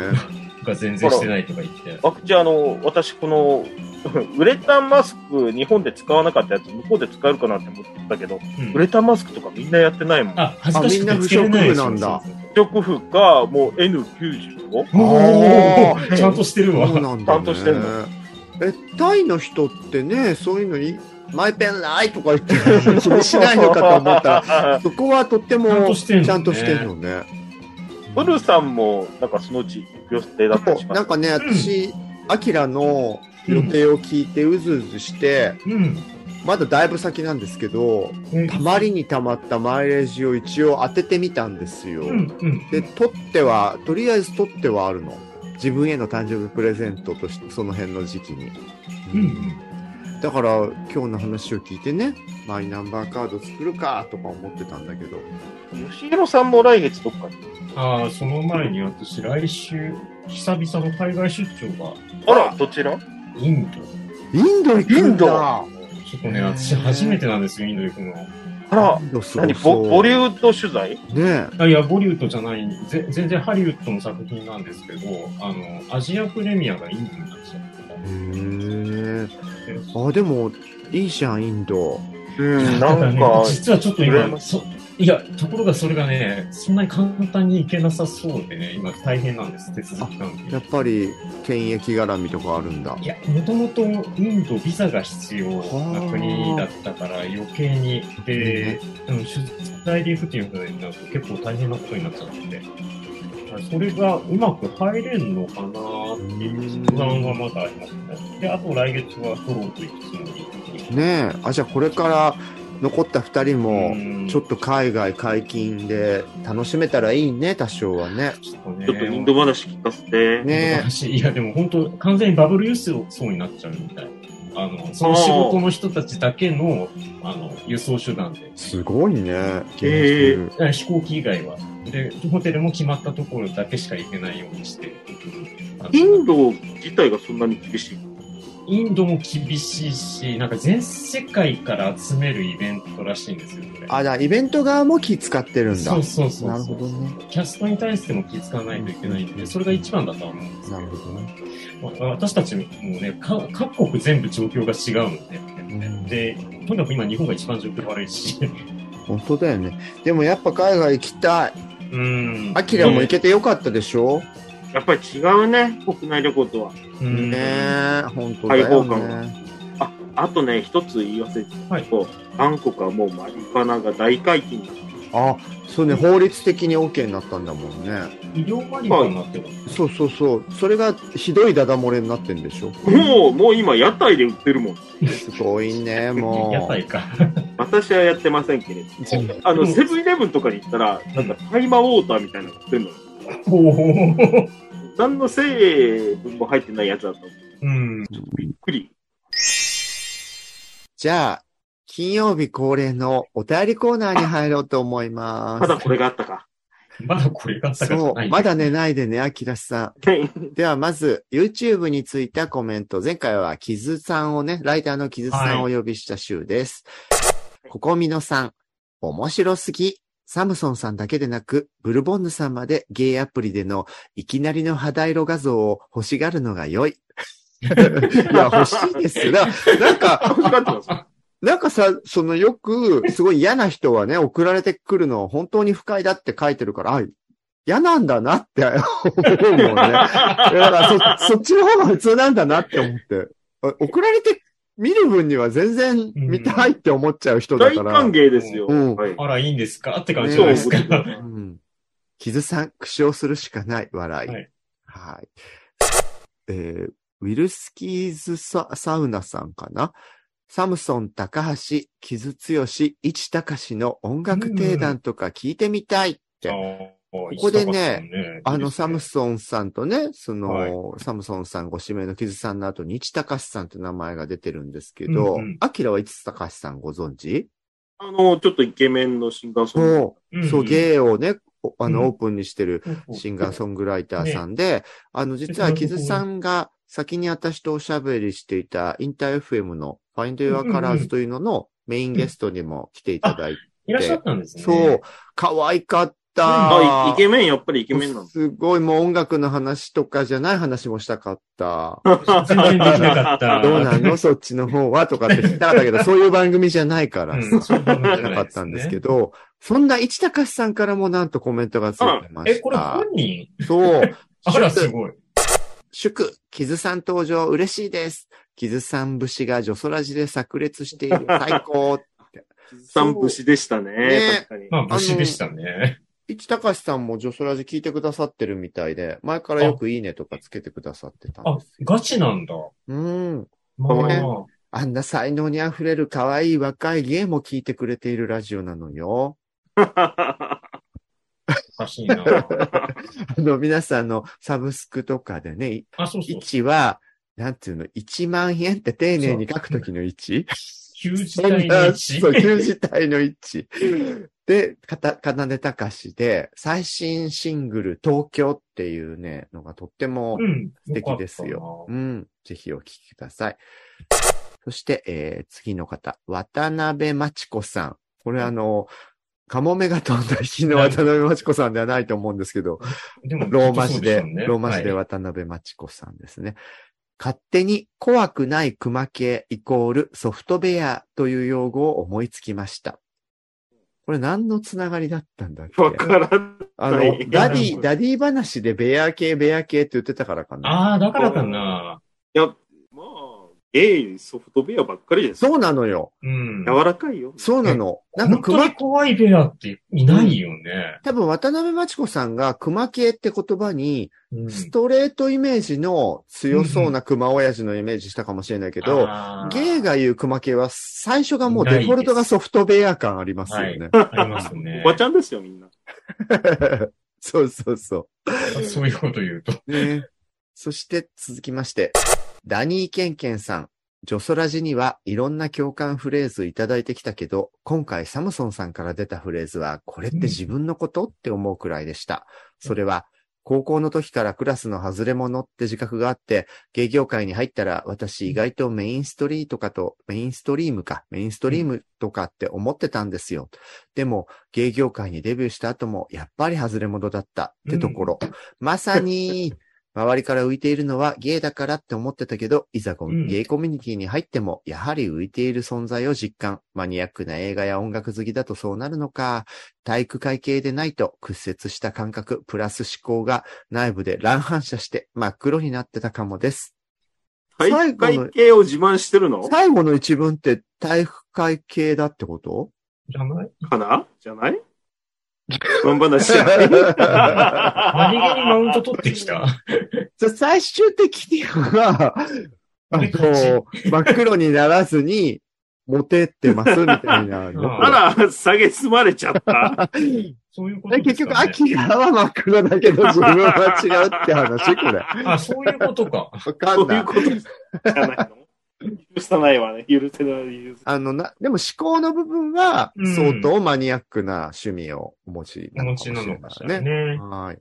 D: が全然してないとか言って。
E: ワクチン、あの、私、この、 [laughs] ウレタンマスク、日本で使わなかったやつ、向こうで使えるかなって思ってたけど、
D: うん
E: ウレタンマスクとかみんなやってないもん。
D: あ、恥ずかしくてつけれないでしょ
B: あみんな不織布なんだ
D: そうそう
E: 食風か、もう N95?
D: そうおーちゃんとしてるわ。
B: そうなんだ、ね。
E: 担当してん
B: え、タイの人ってね、そういうのに、マイペンライとか言って、
E: [laughs]
B: 気にしないのかと思ったら、
E: ら。
B: そこはとっても
D: ちゃんとしてんのね
B: ちゃんとしてんのね。
E: ブルさんも、なんかそのうち行く予定だったりしま
B: な
E: す
B: ん。かね、私、アキラの予定を聞いてうずうずして、
D: うん。
B: まだだいぶ先なんですけど、
D: うん
B: たまりにたまったマイレージを一応当ててみたんですよ。
D: うん。うん。
B: で、取っては、とりあえず取ってはあるの。自分への誕生日プレゼントとして、その辺の時期に。
D: うん。
B: だから、今日の話を聞いてね、マイナンバーカード作るかとか思ってたんだけど、
E: 吉弘さんも来月どっかに。
D: ああ、その前に私、来週、久々の海外出張が、
E: あら、どちら
D: インド。
B: インド行くんだ
E: イ
D: ちょっとね、私初めてなんですよ、インド行くの。
E: あら
B: イ、ンドすご
E: 何
B: そう
E: ボボリュード取材
B: ね
D: あいや、ボリュードじゃない、ぜ全然ハリウッドの作品なんですけど、あの、アジアプレミアがインドになっちゃ
B: え。へえ。
D: ってて。
B: あ、でも、いいじゃん、インド。
E: うん、
D: た
E: な
D: だ
E: ん
D: ね
E: か、
D: [laughs] 実はちょっと
E: 羨ま
D: 今
E: しい
D: そ、いや、ところがそれがね、そんなに簡単に行けなさそうでね、今大変なんです、手続きなん
B: や
D: で
B: っ。ぱり、検疫絡みとかあるんだ。
D: いや、もともとインドビザが必要な国だったから余計に、で、うん、取材で行くっていうことになると結構大変なことになっちゃって、それがうまく入れんのかなっていう不安はまだありますね。で、あと来月はトロント行くつもり。
B: ねえ。あ、じゃあこれから残った二人も、
D: ん
B: ちょっと海外解禁で楽しめたらいいね、多少はね。
D: ちょっとね
C: ちょっとインド話聞かせて。
B: ね
D: 難しいいや、でも本当、完全にバブル輸送そうになっちゃうみたい。あの、その仕事の人たちだけの、あの、輸送手段で。
B: すごいね。
C: ええ
D: あ飛行機以外は。で、ホテルも決まったところだけしか行けないようにして。あの
C: インド自体がそんなに厳しい。
D: インドも厳しいし、なんか全世界から集めるイベントらしいんですよ、これ。
B: あ、じゃあイベント側も気使ってるんだ
D: そう。そうそうそう。
B: なるほどね
D: キャストに対しても気づかないといけないんで、それが一番だとは思うんですけ
B: なるほどね。
D: まあ私たちもね、か各国全部状況が違うので、
B: ん
D: で、とにかく今日本が一番状況悪いし、
B: 本当だよね。でもやっぱ海外行きたい。
D: うん。
B: アキラも行けてよかったでしょ、
C: やっぱり違うね、国内旅行とは。
D: うん
B: ねえ、本当だよ
C: 開放感
B: ね。
C: あ、あとね、一つ言い忘れて
D: はい
C: た。バンコクはもうマリファナが大解禁だ。
B: あ、そうね、法律的に OK になったんだもんね。
D: 医療マリファになってます。
B: そうそうそう。それがひどいダダ漏れになってんでしょ
C: もう、もう今屋台で売ってるもん。
B: すごいね、
D: [laughs]
B: もう。
D: 屋台か。
C: 私はやってませんけれど。あの、セブンイレブンとかに行ったら、なんか大麻ウォーターみたいなの売ってるの。
D: [laughs] おー
C: 何の成分も入ってないやつだと思う。
D: うん。
C: びっくり。
B: じゃあ、金曜日恒例のお便りコーナーに入ろうと思いま
C: まだこれがあった
D: [laughs]
C: か。
D: まだこれがあっ
B: す。
D: たかじゃ
B: そ
D: な
B: う、
D: い。
B: まだ寝ないでね、アキラさん。では、まず、YouTube についたコメント。前回は、キズさんをね、ライターのキズさんをお呼びした週です。ここみのさん、面白すぎ。サムソンさんだけでなく、ブルボンヌさんまでゲイアプリでのいきなりの肌色画像を欲しがるのが良い。いや、欲しいですよ。だなんか、
C: 欲しがってますよ。
B: なんかさ、そのよく、すごい嫌な人はね、送られてくるの本当に不快だって書いてるから、あ、嫌なんだなって思うもんね。だからそ、そっちの方が普通なんだなって思って。あ送られて見る分には全然見たいって思っちゃう人だ
C: 大
B: から。
C: 歓迎ですよ。
B: うん
C: はい。
D: あら、いいんですかって感じじ
C: そ
D: ゃ
C: う
D: ない
C: で
D: ですすか。
C: か。
B: うん。傷さん、苦笑するしかない、笑い。
D: は
B: はいい。えーウィルスキーズササウナさんかなサムソン、高橋、傷強し、市隆の音楽定談とか聞いてみたいって。
D: こ
B: こでね、あの、サム
D: ス
B: ソンさんとね、その、
D: はい
B: サムソンさんご指名の傷さんの後に、市隆さんって名前が出てるんですけど、
D: うんうん
B: アキラは市隆さんご存知
C: あの、ちょっとイケメンのシンガーソング。
B: もう、そう、芸をね、おあの、
D: うん
B: オープンにしてるシンガーソングライターさんで、あの、実は、
D: ね
B: キズさんが先に私とおしゃべりしていたインター FM の Find Your
D: うんうんう
B: Colors
D: ん
B: というののメインゲストにも来ていただいて、
D: いらっしゃったんですね。
B: そう、可愛かった。
C: あ、イイケメン、やっぱりイケメンなんです。
B: すごい、もう音楽の話とかじゃない話もしたかった。
D: [laughs] 全然できなかった。
B: どうな
D: [laughs]
B: のそっちの方はとかって聞きたかったけど、そういう番組じゃないから
D: うんそう
B: さ
D: いう番組じゃないですね
B: なかったんですけど、そんな市高さんからもなんとコメントがついてま
D: え、
B: し
D: これ
B: た
D: 本。人
B: そう。
D: あら、すごい。
B: 祝、キズさん登場嬉しいです。キズさん節がジョソラジで炸裂している。最高。
C: 三節でしたね。確かに。
D: まあ、武士でしたね。
B: 市高さんもジョソラジ聞いてくださってるみたいで、前からよくいいねとかつけてくださってたん
D: あ
B: です。、
D: ガチなんだ。
B: うん。
D: まあまあ
B: ね
D: ま
B: あんな才能に溢れる可愛い若い芸も聞いてくれているラジオなのよ。
D: あ、おかしい [laughs] な。
B: あの、皆さんのサブスクとかでね、
D: あ、そうそう。
B: 1は、なんていうの、1万円って丁寧に書くときの 1?
D: 旧時代の位置
B: [laughs] そう、旧時代の位置。で、かた、かなでたかしで、最新シングル、東京っていうね、のがとっても
D: うん。
B: 素敵ですよ。うん、ぜひお聴きください。そして、えー次の方、渡辺真知子さん。これあの、カモメが飛んだ日の渡辺真知子さんではないと思うんですけど、
D: でも
B: ローマ字で、
D: そうすよね
B: ローマ字で
D: はい
B: 渡辺真知子さんですね。勝手に怖くない熊系イコールソフトウェアという用語を思いつきました。これ何のつながりだったんだっ
C: [laughs]
B: け
C: わからん。
B: あの
C: な、い
B: ダディ、ダディ話でベア系、ベア系って言ってたからかな。
D: ああ、だからかな。
C: いや、まあ、ゲイ、ソフトウェアばっかりです。
B: そうなのよ。
D: うん。
C: 柔らかいよ。
B: そうなの。なんか
D: 本当
B: 熊
D: に、怖いベアっていないよね。
B: 多分渡辺真知子さんが熊系って言葉に、
D: うん
B: ストレートイメージの強そうな熊親父のイメージしたかもしれないけど、
D: あー
B: ゲイが言う熊系は最初がもうデフォルトがソフトウェア感ありますよね。
D: ありますね
C: お。ばちゃんですよ、みんな。
B: [laughs] そうそうそ
D: そういうこと言うと。
B: う。ね、そして続きまして、ダニーケンケンさん。ジョソラジにはいろんな共感フレーズいただいてきたけど、今回サムソンさんから出たフレーズは、これって自分のことって思うくらいでした。それは、高校の時からクラスの外れ者って自覚があって、芸業界に入ったら私意外とメインストリートかと、メインストリームか、メインストリームとかって思ってたんですよ。でも、芸業界にデビューした後も、やっぱり外れ者だったってところ。まさに、周りから浮いているのは芸だからって思ってたけど、いざこ、
D: うん
B: ゲイコミュニティに入っても、やはり浮いている存在を実感。マニアックな映画や音楽好きだとそうなるのか。体育会系でないと屈折した感覚、プラス思考が内部で乱反射して真っ黒になってたかもです。
C: 体育会系を自慢してるの
B: 最後の一文って体育会系だってこと
D: じゃない
C: かなじゃない不安話じゃない
D: [laughs] 何気にマウント取ってきた。
B: じゃあ最終的には、 [laughs] あ
D: 俺たち
B: の、真っ黒にならずに、モテってますみたい [laughs] な
D: う
B: の。
D: ん
C: あら、下げすまれちゃった。
D: そういうこ
B: え
D: とですか、ね。
B: 結局、アキラは真っ黒だけど、自分は違うって話これ。わ
D: あ、そういうことか。
B: か
C: そ
B: ん
C: うい
B: な
C: う
B: い。
C: ことじゃないの許さないわね。許せない。許せ
B: あの、な、でも思考の部分は
D: うん、
B: 相当マニアックな趣味をお持ち
D: お
B: なの
D: 持
B: か
D: ち
B: も
D: な
B: しれ
D: の
B: な
D: かし
B: い
D: ら
B: ね。
D: ね。
B: はい。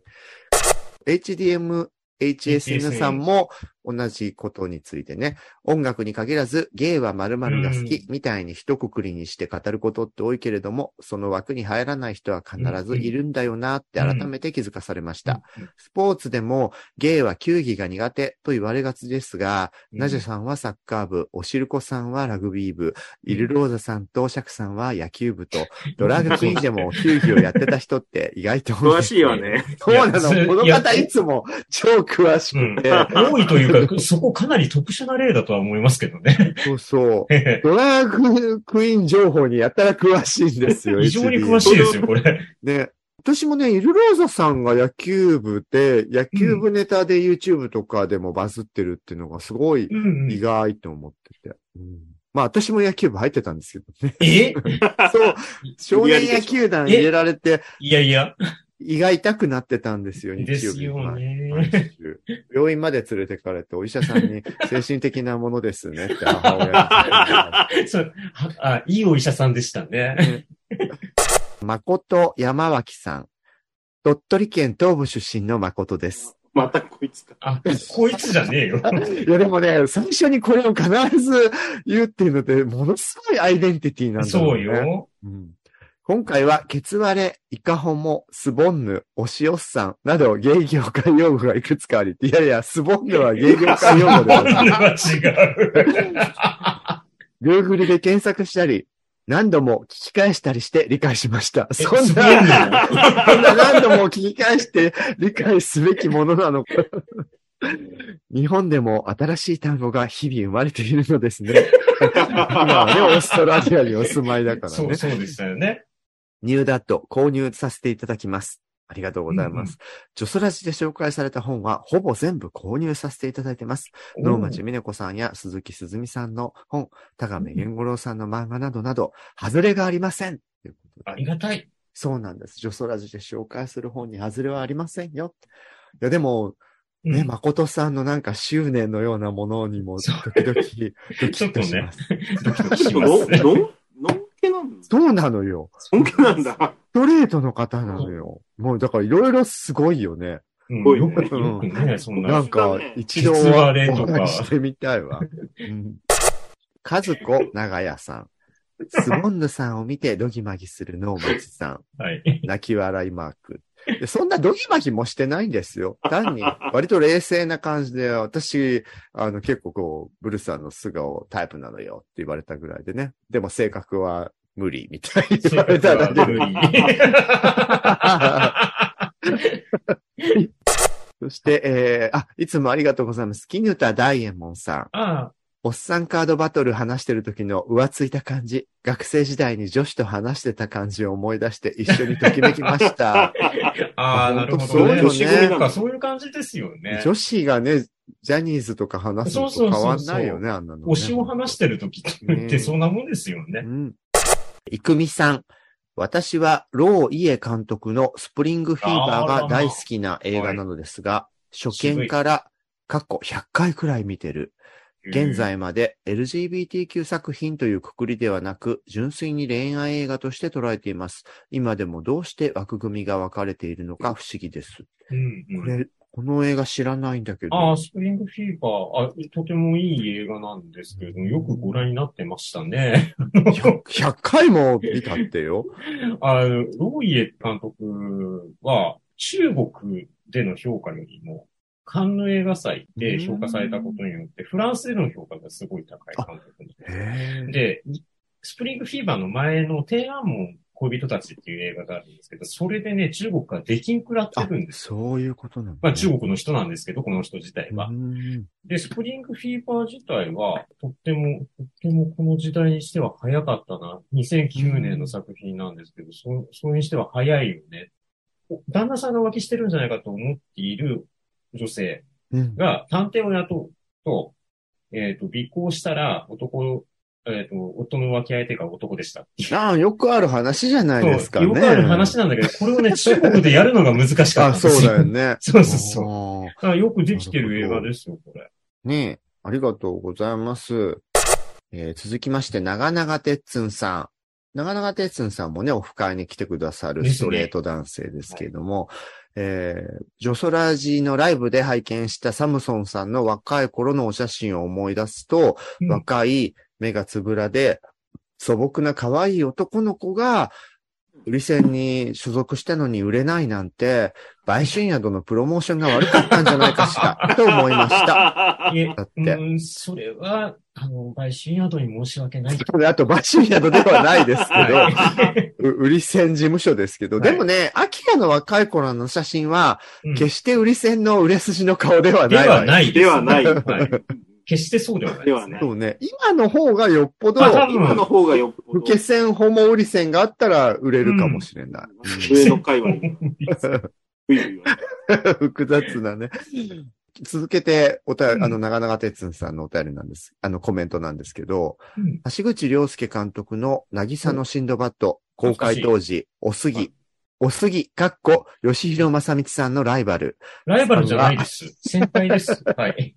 B: HDM HSN さんも同じことについてね、音楽に限らず、芸は〇〇が好きみたいに一括りにして語ることって多いけれども、その枠に入らない人は必ずいるんだよなって改めて気づかされました。スポーツでも、芸は球技が苦手と言われがちですが、
D: うん
B: ナジャさんはサッカー部、おしるこさんはラグビー部、イルローザさんとシャクさんは野球部と、ドラァグクイーンでも球技をやってた人って意外と多
C: 詳
B: で
C: し
B: す
C: いよ。ね。
B: そうなの。
D: いや
B: この方いつも超詳しくて。
D: 多いというか、そこかなり特殊な例だとは思いますけど
B: [laughs]
D: ね。
B: そうそう。ドラァグクイーン情報にやたら詳しいんですよ。
D: [laughs] 非常に詳しいですよ、これ。
B: ね。私もね、イルローザさんが野球部で、野球部ネタで YouTube とかでもバズってるっていうのがすごい
D: うん
B: 意外と思ってて。うんまあ私も野球部入ってたんですけどね。
D: え [laughs]
B: そう、少年野球団入れられて、
D: いやい
B: [laughs]
D: や。
B: 胃が痛くなってたんですよ、
D: で
B: 日曜
D: す
B: 日。
D: よ
B: 毎
D: ね。
B: 週 [laughs] 病院まで連れてかれて、お医者さん
D: [laughs]
B: に精神的なものですねって母親が
D: そうはあ、いいお医者さんでしたね。 [laughs]
B: 誠山脇さん。鳥取県東部出身の誠です。
C: またこいつか。
D: あ、こいつじゃねえよ。
B: いやでもね、最初にこれを必ず言うっていうので、ものすごいアイデンティティなんだろ
D: そうう
B: ね。
D: よ。
B: うん今回は、ケツ割れ、イカホモ、スボンヌ、オシオッサンなど、芸業界用語がいくつかあり、いやいや、スボンヌは芸業界用語では [laughs] ない。
D: は違う。
B: Google で検索したり、何度も聞き返したりして理解しました。そん
D: すごい
B: な、
D: な
B: そんな何度も聞き返して理解すべきものなのか。日本でも新しい単語が日々生まれているのですね。今
C: [laughs]
B: はね、オーストラリアにお住まいだから
D: そう、
B: ね。
D: そうでしたよね。
B: ニューダット購入させていただきます。ありがとうございます。ジョソラジで紹介された本はほぼ全部購入させていただいてます。能町みね子さんや鈴木すずみさんの本、田亀源五郎さんの漫画などなど、外れがありません。ということで
D: ありがたい。
B: そうなんです。女装ラジで紹介する本に外れはありませんよ。いや、でも、
D: うん
B: ね、誠さんのなんか執念のようなものにも、時
D: そう
B: 々、ドキ
D: [laughs]
B: ッとします。
D: ドキドキ
C: ち
D: し
C: ょっ
D: ま
C: [laughs] と
D: すね
C: の、の、のんけなんだ。
B: そうなのよ。
C: のんけなんだ。
B: ストレートの方なのよ。もう、だからいろいろすごいよね。
D: うん
C: ごい
D: よ
C: ね
D: くよくね、そん
B: な
D: な。
B: んか、一度
D: 実
B: は
D: 話例とか
B: お話ししてみたいわ。うん和子長屋さん。スボンヌさんを見てドギマギする能町さん。
D: はい。
B: 泣き笑いマーク。でそんなドギマギもしてないんですよ。単に、割と冷静な感じで、私、あの、結構こう、ブルーさんの素顔タイプなのよって言われたぐらいでね。でも性格は無理みたいに言われただけ
D: [laughs]
B: で。 [laughs] そして、えー、あ、いつもありがとうございます。キヌタ大右衛門さん。
D: あ
B: おっさんカードバトル話してる時の浮ついた感じ、学生時代に女子と話してた感じを思い出して一緒にときめきました。
D: あ、ああ、なるほどね。
B: 本当そうよね
D: そうか、そういう感じですよね。
B: 女子がね、ジャニーズとか話すのと変わんないよね、あんなの、ね。
D: 推しを話してる時ってそんなもんですよね
B: う。ん。いくみさん。私は、ロー・イエ監督のスプリングフィーバーが大好きな映画なのですが、初見から過去100回くらい見てる。現在まで LGBTQ 作品というくくりではなく、純粋に恋愛映画として捉えています。今でもどうして枠組みが分かれているのか不思議です。
D: うん。うん
B: これ、この映画知らないんだけ
D: あ
B: ど
D: あ、、スプリングフィーバー、あ、とてもいい映画なんですけれども、よくご覧になってましたね。
B: 100, 100回も見たってよ。
D: あの、ロイエ監督は、中国での評価よりも、カンヌ映画祭で評価されたことによって、フランスでの評価がすごい高い監督に
B: へー
D: で、スプリングフィーバーの前の天安門恋人たちっていう映画があるんですけど、それでね、中国から出禁食らって
B: あ
D: るん、です。
B: そういうことなんだ。
D: まあ中国の人なんですけど、この人自体は。
B: うん
D: で、スプリングフィーバー自体は、とっても、とってもこの時代にしては早かったな。2009年の作品なんですけど、そそれにしては早いよね。お旦那さんが浮気してるんじゃないかと思っている女性
B: うん。
D: が探偵を雇うと、えっ、と、尾行したら男、えっ、と、夫の浮気相手が男でした。
B: ああ、よくある話じゃないですかね。
D: よくある話なんだけど、これをね、中国でやるのが難しかったん
B: あ、
D: です
B: そ
D: よ。。
B: うだよね
D: [laughs] そうそうそう
B: う。
D: だからよくできてる映画ですよ、これ。
B: ねえ、ありがとうございます。えー続きまして、長々てっつんさん。長々哲也さんもね、オフ会に来てくださる
D: ですね
B: ストレート男性ですけれども、えー、ジョソラジのライブで拝見したサムソンさんの若い頃のお写真を思い出すと、
D: うん
B: 若い目がつぶらで、素朴な可愛い男の子が、売り線に所属したのに売れないなんて、売春宿のプロモーションが悪かったんじゃないかしら、と思いました。
E: た。
C: [laughs]
D: え、
B: だっ
D: う
B: て
D: ーん、それは、あの、買収宿に申し訳ない。
B: であと、売春宿ではないです
D: は
B: けど、う売り線事務所ですけど、
D: はい
B: でもね、アキラの若い頃の写真は、
D: うん
B: 決して売り線の売れ筋の顔では
D: で
B: ないわ
D: は
B: よ
D: ない
C: ではない。
D: はい決してそうではない
C: ですはない
B: そうね、今の方がよっぽど
D: ま、あ多分
C: 今の方がよっぽど
B: 受け線、ホモ売り線があったら売れるかもしれない。
C: 上の界隈に。ういうよ
B: [laughs] 複雑なね。続けて、おた
D: うん
B: あの、長々哲也さんのお便りなんです。あの、コメントなんですけど、
D: うん
B: 橋口良介監督の渚のシンドバッド、
D: うん
B: 公開当時、おす
D: は
B: ぎ、おすぎ、かっこ、吉弘正道さんのライバル
D: ライバルじゃないです。先
B: [laughs]
D: 輩です。はい。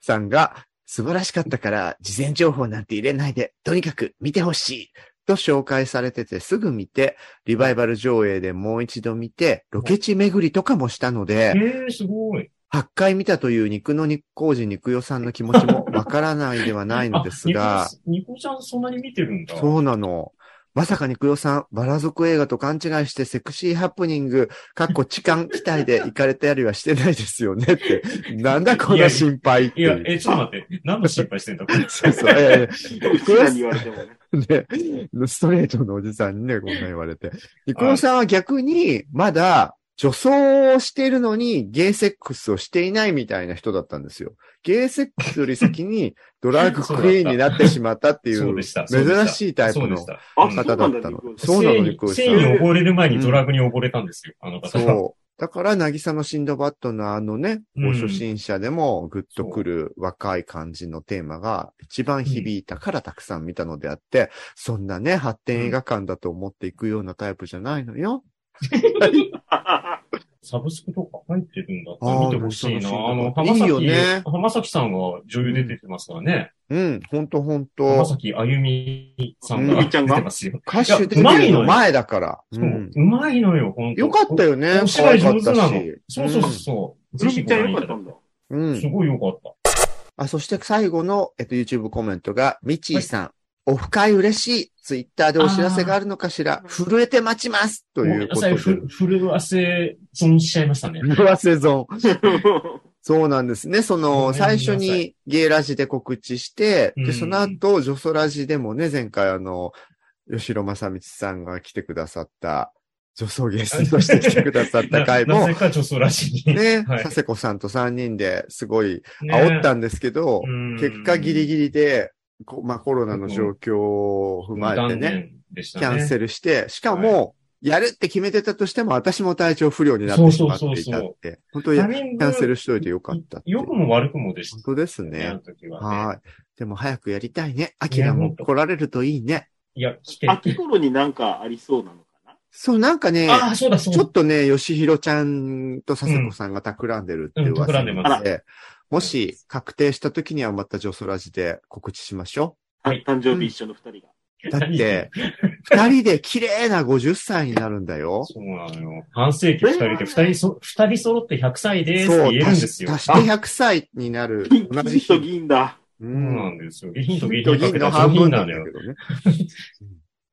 B: さんが、素晴らしかったから、事前情報なんて入れないで、とにかく見てほしいと紹介されてて、すぐ見て、リバイバル上映でもう一度見て、ロケ地巡りとかもしたので、
D: えー、すごい。
B: 8回見たという肉の肉工事肉代さんの気持ちもわからないではないのですが
D: あ、、ニコニコちゃんそんなに見てるんだ。
B: そうなの。まさか肉代さん、バラ族映画と勘違いしてセクシーハプニング、かっこ痴漢期待で行かれたりはしてないですよねって。なんだこの心配って
D: い
B: い
D: や
B: う、。
D: え、ちょっと待って。何の心配してんだ、これ。
B: そうそう。いやいや
C: 一覧に言われてもね。
B: で、ストレートのおじさんにね、こんな言われて。ニコロさんは逆に、まだ、女装をしているのに、ゲイセックスをしていないみたいな人だったんですよ。ゲイセックスより先に、ドラッグクリーンになってしまったってい
D: そう
B: う、
D: でした。
B: 珍
D: そうでた
B: しいタイプ
D: そうで
B: の
D: した。
C: あ、そう
B: 方
C: な
B: だっ
C: んだ
B: た
C: ね
B: の。。そうなの、
D: 性
B: ニ
D: に
B: コロさ
D: 性に
B: ん。
D: 溺れる前にドラッグに溺れたんですよ、あの方は。
B: そう。だから、渚のシンドバッドのあのね、
D: う
B: ご
D: ん
B: 初心者でもグッとくる若い感じのテーマが一番響いたからたくさん見たのであって、そんなね、発展映画館だと思っていくようなタイプじゃないのよ。
D: サブスクとか入ってるんだった
B: あ
D: ら
B: ー
D: 見てほしいな。
B: そう
D: あ
B: そう
D: の、浜
B: いい
D: 崎、
B: よね
D: 浜崎さんが女優で出てますからね。
B: うん、ほんとほん
D: 浜
B: と。
D: 崎あゆみさん
B: うん
D: が
C: みっちゃん
D: 出
C: が
D: てますよ。
B: 歌手デビ
D: うま
B: ュ
D: い
B: ー
D: の
B: の
D: よ
B: 前だから。う。
D: そうんうまいのよ、本当
B: よかったよね。
D: お芝居
B: 可愛
D: 上手な
B: か
D: の
B: っ。たし
D: そうそうそう。
C: う
D: ぜ
C: る
D: ひ
C: み
D: ご
C: ちゃん
D: 覧
C: よ
D: い
C: か
D: た
C: った
D: だき
C: んだ。
B: うん。う
D: たい。す
B: ん
D: ごいよかった。
B: あ、そして最後の、えっと、YouTube コメントが、ミッチーさん、オフ会嬉しい。ツイッターでお知らせがあるのかしら。震えて待ちます。というこ
D: ご
B: と
D: め
B: で
D: んな。さい、ふ、震わせ、損しちゃいましたね。
B: わせ損。そうなんですね。そ
D: ごめん
B: の、
D: なさ
B: 最
D: い
B: 初にゲイラジで告知して、
D: う
B: で、
D: ん
B: その後、ジョソラジでもね、前回あの、吉野正道さんが来てくださった、女装ゲストとして来てくださった回
D: なな
B: も
D: ぜ、か女装らしい。
B: ね、
D: はい
B: 佐世子さんと3人ですごい
D: ね
B: 煽ったんですけど、
D: うん
B: 結果ギリギリで、こまあ、コロナの状況を踏まえて
D: 断
B: ね、
D: 念でした
B: キ
D: ね。
B: ャンセルして、しかも、やるって決めてたとしても、私も体調不良になっ
D: そ
B: て
D: う
B: し
D: そう
B: まって
D: そうそう
B: いたって。本当に
D: タイミング
B: キャンセルしといてよかったっていう
D: 良くも悪くもでし
B: 本
D: た
B: 当です
D: ね、あ
B: ね
D: の。時はね。
B: はい。でも早くやりたいね。ア
D: や
B: キラ
D: ほ
B: も
D: んと
B: 来られるといいね。
D: いや、来て。
C: 秋頃になんかありそうなのかな
B: そう、なんかね、
D: ああ、そうだ、そう
B: ち
D: だ
B: ょっ。とね、ヨシヒロちゃんと佐世子さんが企んでるっていう噂
D: うんうん企ん
B: な
D: でま
B: の
D: す
B: で、もし確定した時にはまたジョソラジで告知しましょ
C: は
D: はいい、
C: 誕生日一緒の二人が。
B: う。だ
D: [laughs]
B: って、二人で綺麗な50歳になるんだよ。
D: そうなのよ。半世紀二人で、二人そ、二人揃って100歳ですって言えるん
B: 足
D: です
B: し
D: よ。
B: 足して100歳になる。
C: 金
B: 同じ
C: 金と
B: 日。
C: 銀だ。
B: う
D: そうんなんですよ。下品と下
B: 銀
D: 品
B: と
D: にか
B: 銀
D: け
B: の
D: た
B: 半
D: 上品
B: 分
D: な
B: なん
D: の
B: だ
D: よ
B: け。どね。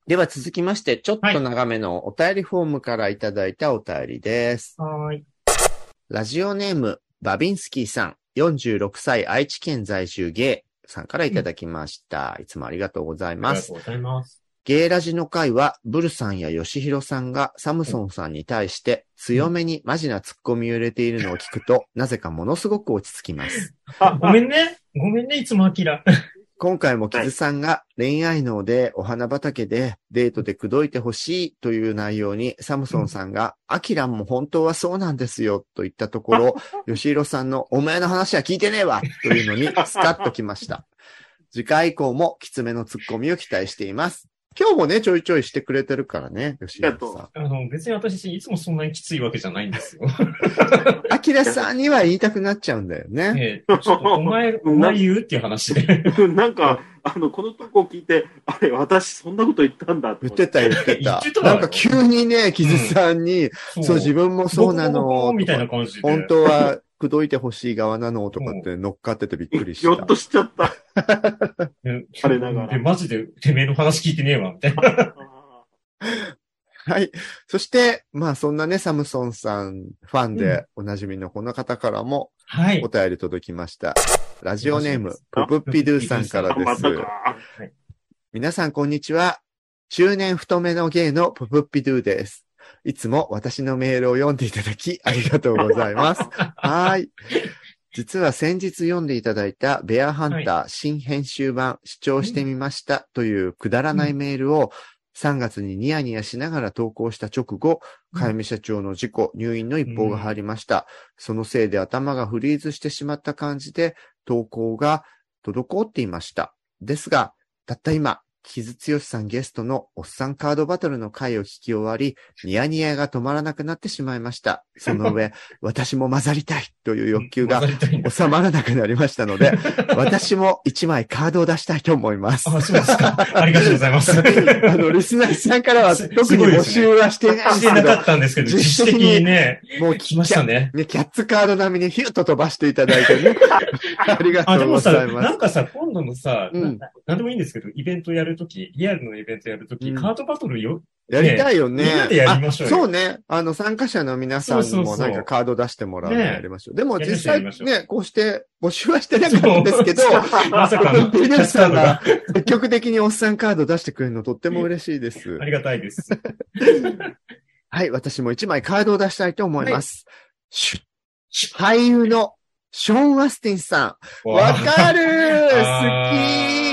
B: では続きまして、ちょっと長めのお便りフォームからいただいたお便りです。
D: はーい。
B: ラジオネーム、バビンスキーさん、46歳、愛知県在住ゲイさんからいただきました。いつもありがとうござい
D: あ
B: ま
D: りが
B: す
D: と。うございます。
B: ゲイラジの会は、ブルさんやヨシヒロさんがサムソンさんに対して強めにマジなツッコミを入れているのを聞くと、なぜかものすごく落ち着きます。
D: ごめんね。ごめんね、いつもアキラ。
B: 今回もキズさんが恋愛脳でお花畑でデートで口説いてほしいという内容にサムソンさんが、アキラも本当はそうなんですよと言ったとこ [laughs] ろ、ヨシヒロさんのお前の話は聞いてねえわというの [laughs] にスカッときました。次回以降もきつめのツッコミを期待しています。今日もね、ちょいちょいしてくれてるからね、ヨシヒロさ
D: あの、別に私、いつもそんなにきついわけじゃないんで
B: [laughs]
D: すよ。
B: ん。アキラさんには言いたくなっちゃうんだよね。
D: ええちょっとお前、お前言うっていう話で。
C: なんか、あの、この投稿聞いて、あれ、私そんなこと言ったんだって
B: 言っ
C: 思って
B: てた、言って
D: 言
B: た。
D: ってたわ
B: な
D: よ
B: んか急にね、キズさんに、 [laughs] そう、自分もそうな
D: ボコボ
B: の
D: コ、みたいな感じで。
B: [laughs] 本当は、くどいてほしい側なのとかって乗っかっててびっくりし。
C: ぎょったとしちゃった。
D: ね
C: あれながら
D: えマジで、てめえの話聞いてねえわ、みたいな。
B: はい。そして、まあそんなね、サムソンさんファンでおなじみのこの方からも
D: はい
B: お。便り届きました。ラジオネーム、
C: あ
B: ポプッピドゥさんから
C: あ
B: で
C: ますた。か。
B: 皆さんこんにちは。中年太めの芸のポプッピドゥです。いつも私のメールを読んでいただきありがとうございます。はーい。実は先日読んでいただいたベアハンター新編集版視聴してみましたというくだらないメールを3月にニヤニヤしながら投稿した直後、
D: うん
B: かゆみ社長の事故、入院の一報が入りました。そのせいで頭がフリーズしてしまった感じで投稿が滞っていました。ですが、たった今、木津剛さんゲストのおっさんカードバトルの回を聞き終わり、ニヤニヤが止まらなくなってしまいました。その
D: [laughs]
B: 上、私も混ざりたいという欲求が
D: 混ざりたいんだ
B: 収まらなくなりましたの
D: [laughs]
B: で、私も一枚カードを出したいと思います。
D: あ、そうですか。ありがとうござい
B: [laughs]
D: ます。
B: あの、リスナーさんからは
D: す
B: 特に
D: すごい
B: 募
D: ですね
B: 集はしていないんで
D: して
B: すけ
D: な
B: ど、
D: かったんですけど、
B: 実
D: 実
B: 質
D: 質
B: 的
D: 的
B: に
D: にね、
B: もう
D: 来ましたね。
B: ね、キャッツカード並みにヒュッと飛ばしていただいて
D: [laughs]
B: ね。ありが
D: あ、
B: と
D: で
B: う
D: も
B: ご
D: さ、
B: ざいま
D: な
B: す。
D: んかさ、今度のさ、
B: うん
D: ななんでもいいんですけど、イベントやるとき、リアルのイベントやるとき、
B: うん
D: カードバトルよ、
B: やりたいよね。
D: みんなでやりましょうよ
B: あそうね。あの、参加者の皆さん
D: そう
B: に
D: そ
B: も
D: うそう
B: なんかカード出してもらうの
D: ね
B: やりましょう。でも
D: やりまし
B: 実際
D: ょうやりましょう
B: ね、こうして募集はしてなかったんですけど、 [laughs]
D: まさかの、
B: ピル
D: スタ
B: さ
D: ー
B: ん
D: ド
B: が
D: が
B: 積極的におっさんカード出してくれるのとっても嬉しいです
D: あ。りがたいです。
B: はい、私も一枚カードを出したいと思います。シュッ俳優のショーン・アスティンさん。 [laughs] わかる好き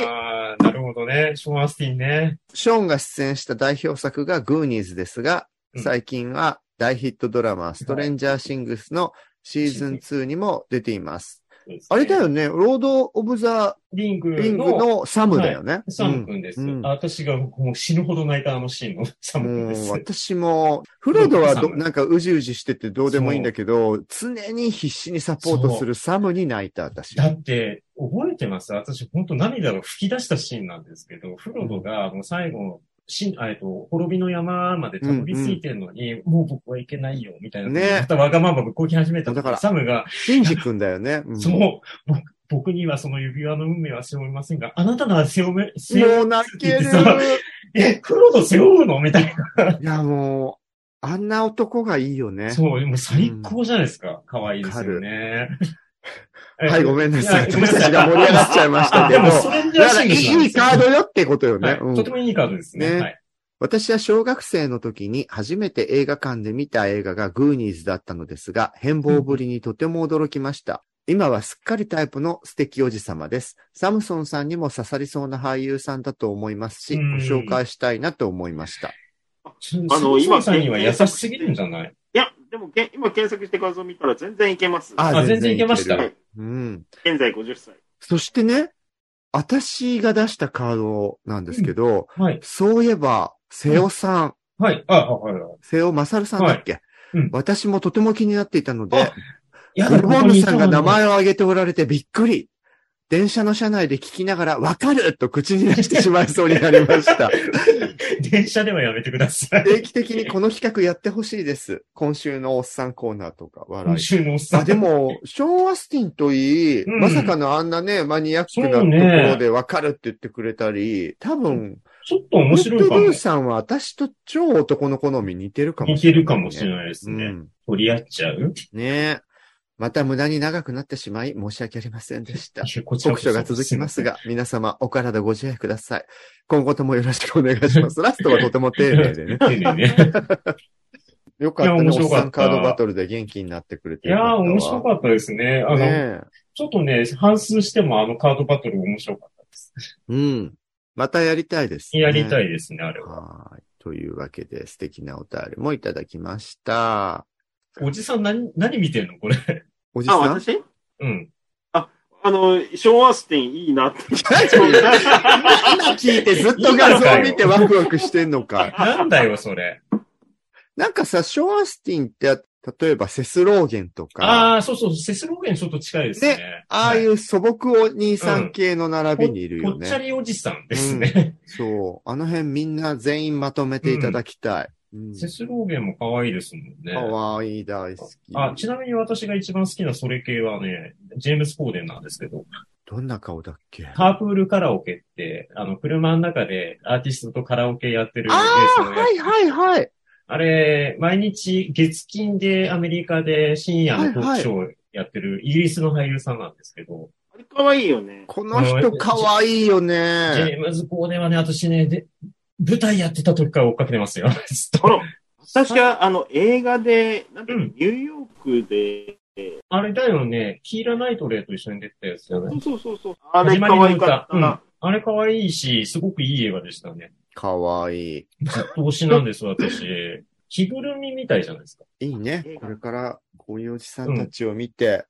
D: あーなるほどね。ショーン・アスティンね。
B: ショーンが出演した代表作がグーニーズですが、
D: うん
B: 最近は大ヒットドラマ、ストレンジャーシングスのシーズン2にも出ています。あれだよね、ロード・オブ・ザ・
D: リング
B: リング
D: の
B: のサムだよね。
D: サム君です。
B: うん
D: あ私がもう死ぬほど泣いたあのシーンのサ
B: う
D: ム君
B: ん、
D: で
B: もう
D: す。
B: 私も、フロドは
D: サ
B: ど
D: ム
B: なんかうじうじしててどうでもいいんだけど、常に必死にサポートするサムに泣いた私。
D: だって、覚えてます私、本当涙が吹き出したシーンなんですけど、フロドがもう最後の、しん、あえっと、滅びの山までたどり着いてんのに、もう僕はいけないよ、みたいな。
B: ね
D: またわがままが動き始めた時。
B: だから
D: サムが、
B: シンジ君だよね。うん
D: その、僕、僕にはその指輪の運命は背負いませんが、あなたなら背負め、背
B: も
D: 負
B: う泣ける。
D: え、フロド背負うのみたいな。
B: いや、もう、あんな男がいいよね。
D: そう、もう最高じゃないですか。可愛いですよね。
B: はい、ごめんなさい。
D: いやごめ
B: 私
D: んなさい
B: たちが盛り上がっちゃいました
D: あ
B: け
D: で
B: ど。
D: も、それじゃ
B: だからいいいいカードよってことよね。うん
D: とてもいいカードですね。
B: ね
D: はい。
B: 私は小学生の時に初めて映画館で見た映画がグーニーズだったのですが、変貌ぶりにとても驚きました。今はすっかりタイプの素敵おじさまです。サムソンさんにも刺さりそうな俳優さんだと思いますし、
D: う
B: ご
D: ん
B: 紹介したいなと思いました。
D: あ
C: あ
D: の、
C: の
D: 今
C: 今
D: さんには優しすぎるんじゃない
C: いや、でもけ今検索して画像見たら全然いけます。
B: あ
D: あ、全然いけました
B: 全然い。うん。
C: 現在50歳。
B: そしてね、私が出したカードなんですけど、
D: はい。
B: そういえば、瀬尾さん、
D: はい。あ、あはい。はい
B: 瀬尾勝さんだっけ、
D: いうん
B: 私もとても気になっていたので、
D: あいや
B: ブルボンヌさんが名
D: こ
B: 前を挙げておられてびっくり。電車の車内で聞きながら、わかると口に出してしまいそうになりま
D: [laughs]
B: した。
D: こにいたのに電車ではやめてください。
B: 定期的にこの企画やってほしいです。今週のおっさんコーナーとか笑
D: 今
B: い。
D: 週のおっさ
B: あ
D: ん。
B: でも、ショーン・アスティンといい、
D: うん
B: まさかのあんなね、マニアックなと
D: そう
B: こ
D: ね
B: ろでわかるって言ってくれたり、多分、
D: ちょっと面白いか
B: ブル
D: も
B: ー。さんは私と超男の好み似てるかも
D: 似
B: しれ
D: て
B: ない、
D: るかもしれないです
B: う
D: ね。
B: ん
D: 取り合っちゃう
B: ねえ。また無駄に長くなってしまい、申し訳ありませんで
D: [laughs]
B: した。
D: いやこちら
B: 酷
D: こそ
B: 暑が続きます
D: [laughs]
B: が、皆様、お体ご自愛ください。今後ともよろしくお願いし
D: [laughs]
B: ます。ラストはとても丁寧でね。
D: 丁
B: [laughs]
D: 寧ね。
B: よかった
D: いや
B: ね、お
D: 面
B: っ
D: 白かった
B: さんカードバトルで元気になってくれて
D: いやー、面白
B: っ
D: かったですね。あ
B: たわ
D: の、
B: ね
D: ちょっとね、反数してもあのカードバトル面白かったです。
B: え。うん。またやりたいです、ね。
D: やりた
B: い。
D: いですね、あれは。
B: はい。というわけで、素敵なお便りもいただきました。
D: おじさん何、何見てんのこれ。
B: おじ
C: あ、
B: さん
C: 私
D: うん。
C: あの、ショーン・アスティンいいなって。
B: 今聞いてずっと画像を見てワクワクしてんのか。
D: なんだよ、それ。
B: なんかさ、ショーアスティンって、例えばセスローゲンとか、あ
D: ああ、そうそう、セスローゲンちょっと近いですね。、
B: あいうう素朴お兄さん系の並びにいる
D: ぽ
B: よ
D: っちゃ
B: ね。
D: りおじさんですね。
B: そう。あの辺みんな全員まとめていただきたい。うん
D: [laughs] セスローゲンも可愛いですもんね。
B: かわいい、大好き。
D: あ、ちなみに私が一番好きなそれ系はね、ジェームス・コーデンなんですけど、
B: どんな顔だっけ
D: カープールカラオケって、あの、車の中でアーティストとカラオケやってるレー
B: あ
D: ス
B: あ、
D: をやっ
B: はいはいはい。
D: あれ、毎日月金でアメリカで深夜のトークショーをやってるイギリスの俳優さんなんですけど、
C: あれ可愛いよね。
B: この人かわいいよ
D: ジ
B: ね。
D: ェームズ・コーデンはね、私ね、で、舞台やってた時から追っかけてま
B: [laughs]
D: すよ。ずっ
C: あ
D: と
C: ら、私は、あの、映画で、なんだっけ
D: う
C: ニ
D: ん
C: ューヨークで、
D: あれだよね、キーラ・ナイトレイと一緒に出てたやつじゃない
C: そうそうそうそう。あ
D: 始
C: れ
D: ま
C: 可
D: りの
C: 愛かった
D: 歌うん
C: な。
D: あれ可愛いし、すごくいい映画でしたね。
B: かわいい。
D: ずっと推しなんです、私。着ぐるみみたいじゃないですか。
B: いいね
C: 映。画
B: これからこういうおじさんたちを見て、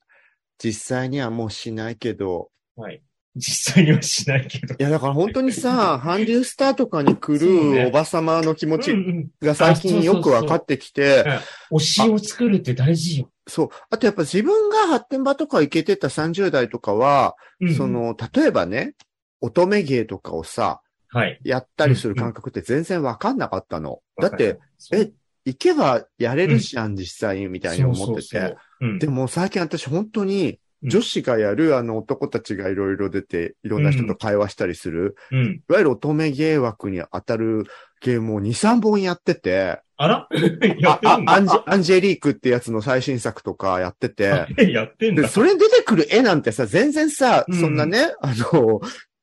B: 実際にはもうしないけど。
D: はい。実際にはしないけど。
B: いや、だから本当にさ、韓流スターとかに来
D: そうね
B: るおばさまの気持
D: う
B: ち
D: んうん
B: が最近よくわかってきて、
D: 推しを作るって大事よ。
B: そう。あとやっぱ自分が発展場とか行けてた30代とかは、
D: うん
B: そ、の、例えばね、乙女芸とかをさ、
D: はい。
B: やったりする感覚って全然わかんなかったの。だって、、え、行けばやれるじゃん、実際に、みたいに思って
D: そうそうそ
B: て
D: う。。うん
B: でも最近私本当に、女子がやるあの男たちがいろいろ出て、いろんな人と会話したりする、
D: うん。
B: いわゆる乙女芸枠に当たるゲームを2、3本やってて、
D: あら [laughs] や
B: あ
D: って
B: あ
D: るん
B: ア
D: だ
B: ンジアンジェリークってやつの最新作とかやってて、
D: やってん
B: で、
D: だ。
B: それに出てくる絵なんてさ、全然さ、
D: うん
B: そんなね、あの、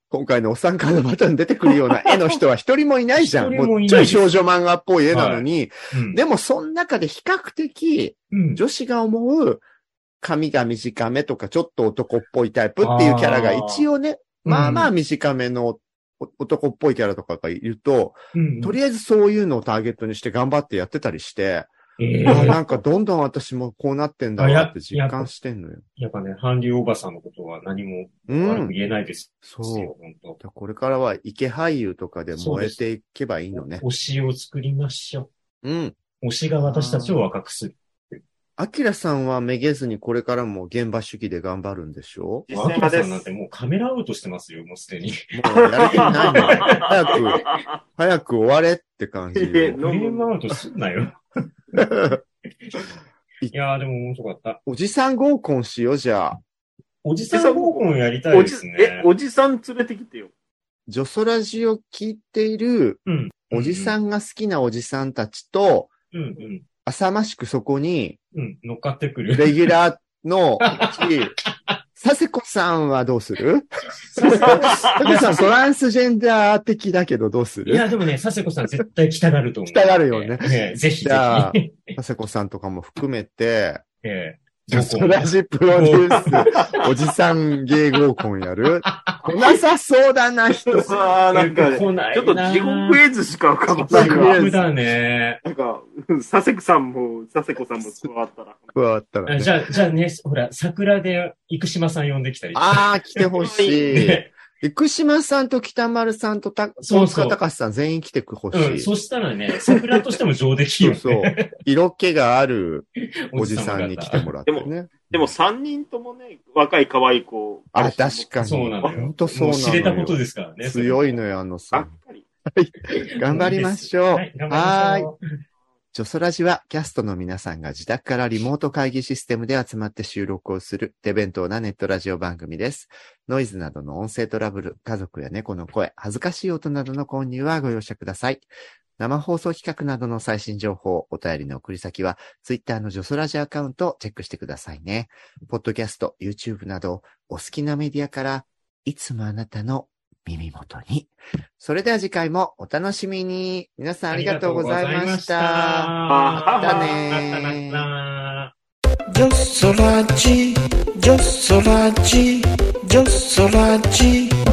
B: 今回のお参加のバトンに出てくるよう
D: [laughs]
B: な絵の人は一人もいないじゃん。
D: 一人もいない
B: もうちょい少女漫画っぽい絵なのに、
D: うん、
B: でもその中で比較的
D: うん
B: 女子が思う髪が短めとかちょっと男っぽいタイプっていうキャラが一応ね、
D: あー
B: まあまあ短めのお男っぽいキャラとかがいると、
D: うん
B: とりあえずそういうのをターゲットにして頑張ってやってたりして、
D: え
B: あ
D: ー
B: なんかどんどん私もこうなってんだなって実感してんのよ。
D: やっぱね、韓流おばさんのことは何も
B: う
D: 悪
B: ん。
D: く言えないです
B: そう。
D: よ、本当。
B: だこれからは池俳優とかで燃えていけばいいのね。
D: 推しを作りましょ
B: うん。
D: う。推しが私たちを若くする。
B: アキラさんはめげずにこれからも現場主義で頑張るんで
D: [laughs]
B: しょ
C: 実
D: 若
C: 際派
D: くさ
C: で
D: んなん
C: す
D: て。もうカメラアウトしてますよ、もうすでに。
B: もうやる気ないんだよ。早く、早く終われって感じよ。
C: いや
D: フレームアウトすんなよ。いやー、でも面白かった。
B: おじさん合コンしよう、じゃあ。
D: おじさん合コンやりたい
C: お
D: で
C: じ
D: す、
C: え
D: ね、。
C: おじさん連れてきてよ。
B: ジョソラジを聞いている、
D: うん
B: おじさんが好きなおじさんたちと、
D: うんうん。
B: 浅ましくそこに、
D: うん、乗っかってくる。
B: レギュラー
D: [laughs]
B: の日、佐世子さんはどうする佐世子さんトランスジェンダー的だけどどうす
D: い
B: る
D: や、でもね、佐世子さん絶対来たがると思う。
B: 来たがるよね
D: ええぜひ
B: じ
D: ぜ
B: ゃあ
D: ひ。
B: 佐世子さんとかも含めて、
D: え
B: ジョソラジプロデュース、おじさん芸合コンや
D: [laughs]
B: る来なさそうだな、人。
C: さあ、なんか、ちょ
D: 来ないな
C: っと地獄絵図しか浮かばない
B: 地獄絵
C: わ。
D: 楽だね。
C: なんか、うん佐世子さんも、佐世子さんも加わったら。
B: 加わったら
D: あ
B: ね
D: じ。ゃあ、じゃあね、ほら、桜で生島さん呼んできたり。
B: ああ、来てほし
D: [laughs]
B: い。
D: ね
B: 生島さんと北丸さんとた、
D: そ
B: 大
D: うそう
B: 塚隆さん全員来てくほし
D: う
B: い。
D: ん、そしたらね、桜としても上出来よ、ね。 [laughs]
B: そうそう色気があるおじ
D: 方
B: さんに来てもらってね。
C: でも3人ともね、若い可愛い子。
B: あ、確かに。
D: そうなのよ。
B: 本当そうな
D: も
B: のよ。
D: 知れたことですからね。
B: 強い
D: の。
B: のよ、あの
C: ば
B: さ
C: っ。かり。
B: 頑張りましょう
D: は。い、頑張りましょう。
B: ジョソラジはキャストの皆さんが自宅からリモート会議システムで集まって収録をする手弁当なネットラジオ番組です。ノイズなどの音声トラブル、家族や猫の声、恥ずかしい音などの混入はご容赦ください。生放送企画などの最新情報、お便りの送り先は、ツイッターのジョソラジアカウントをチェックしてくださいね。ポッドキャスト、YouTube など、お好きなメディアから、いつもあなたの耳元に。それでは次回もお楽しみに。皆さんありがとうございました。
D: ありがとうございま
C: また
D: した
B: ね
D: またまた。
A: Yo soy Raji, yo soy Raji, yo soy Raji,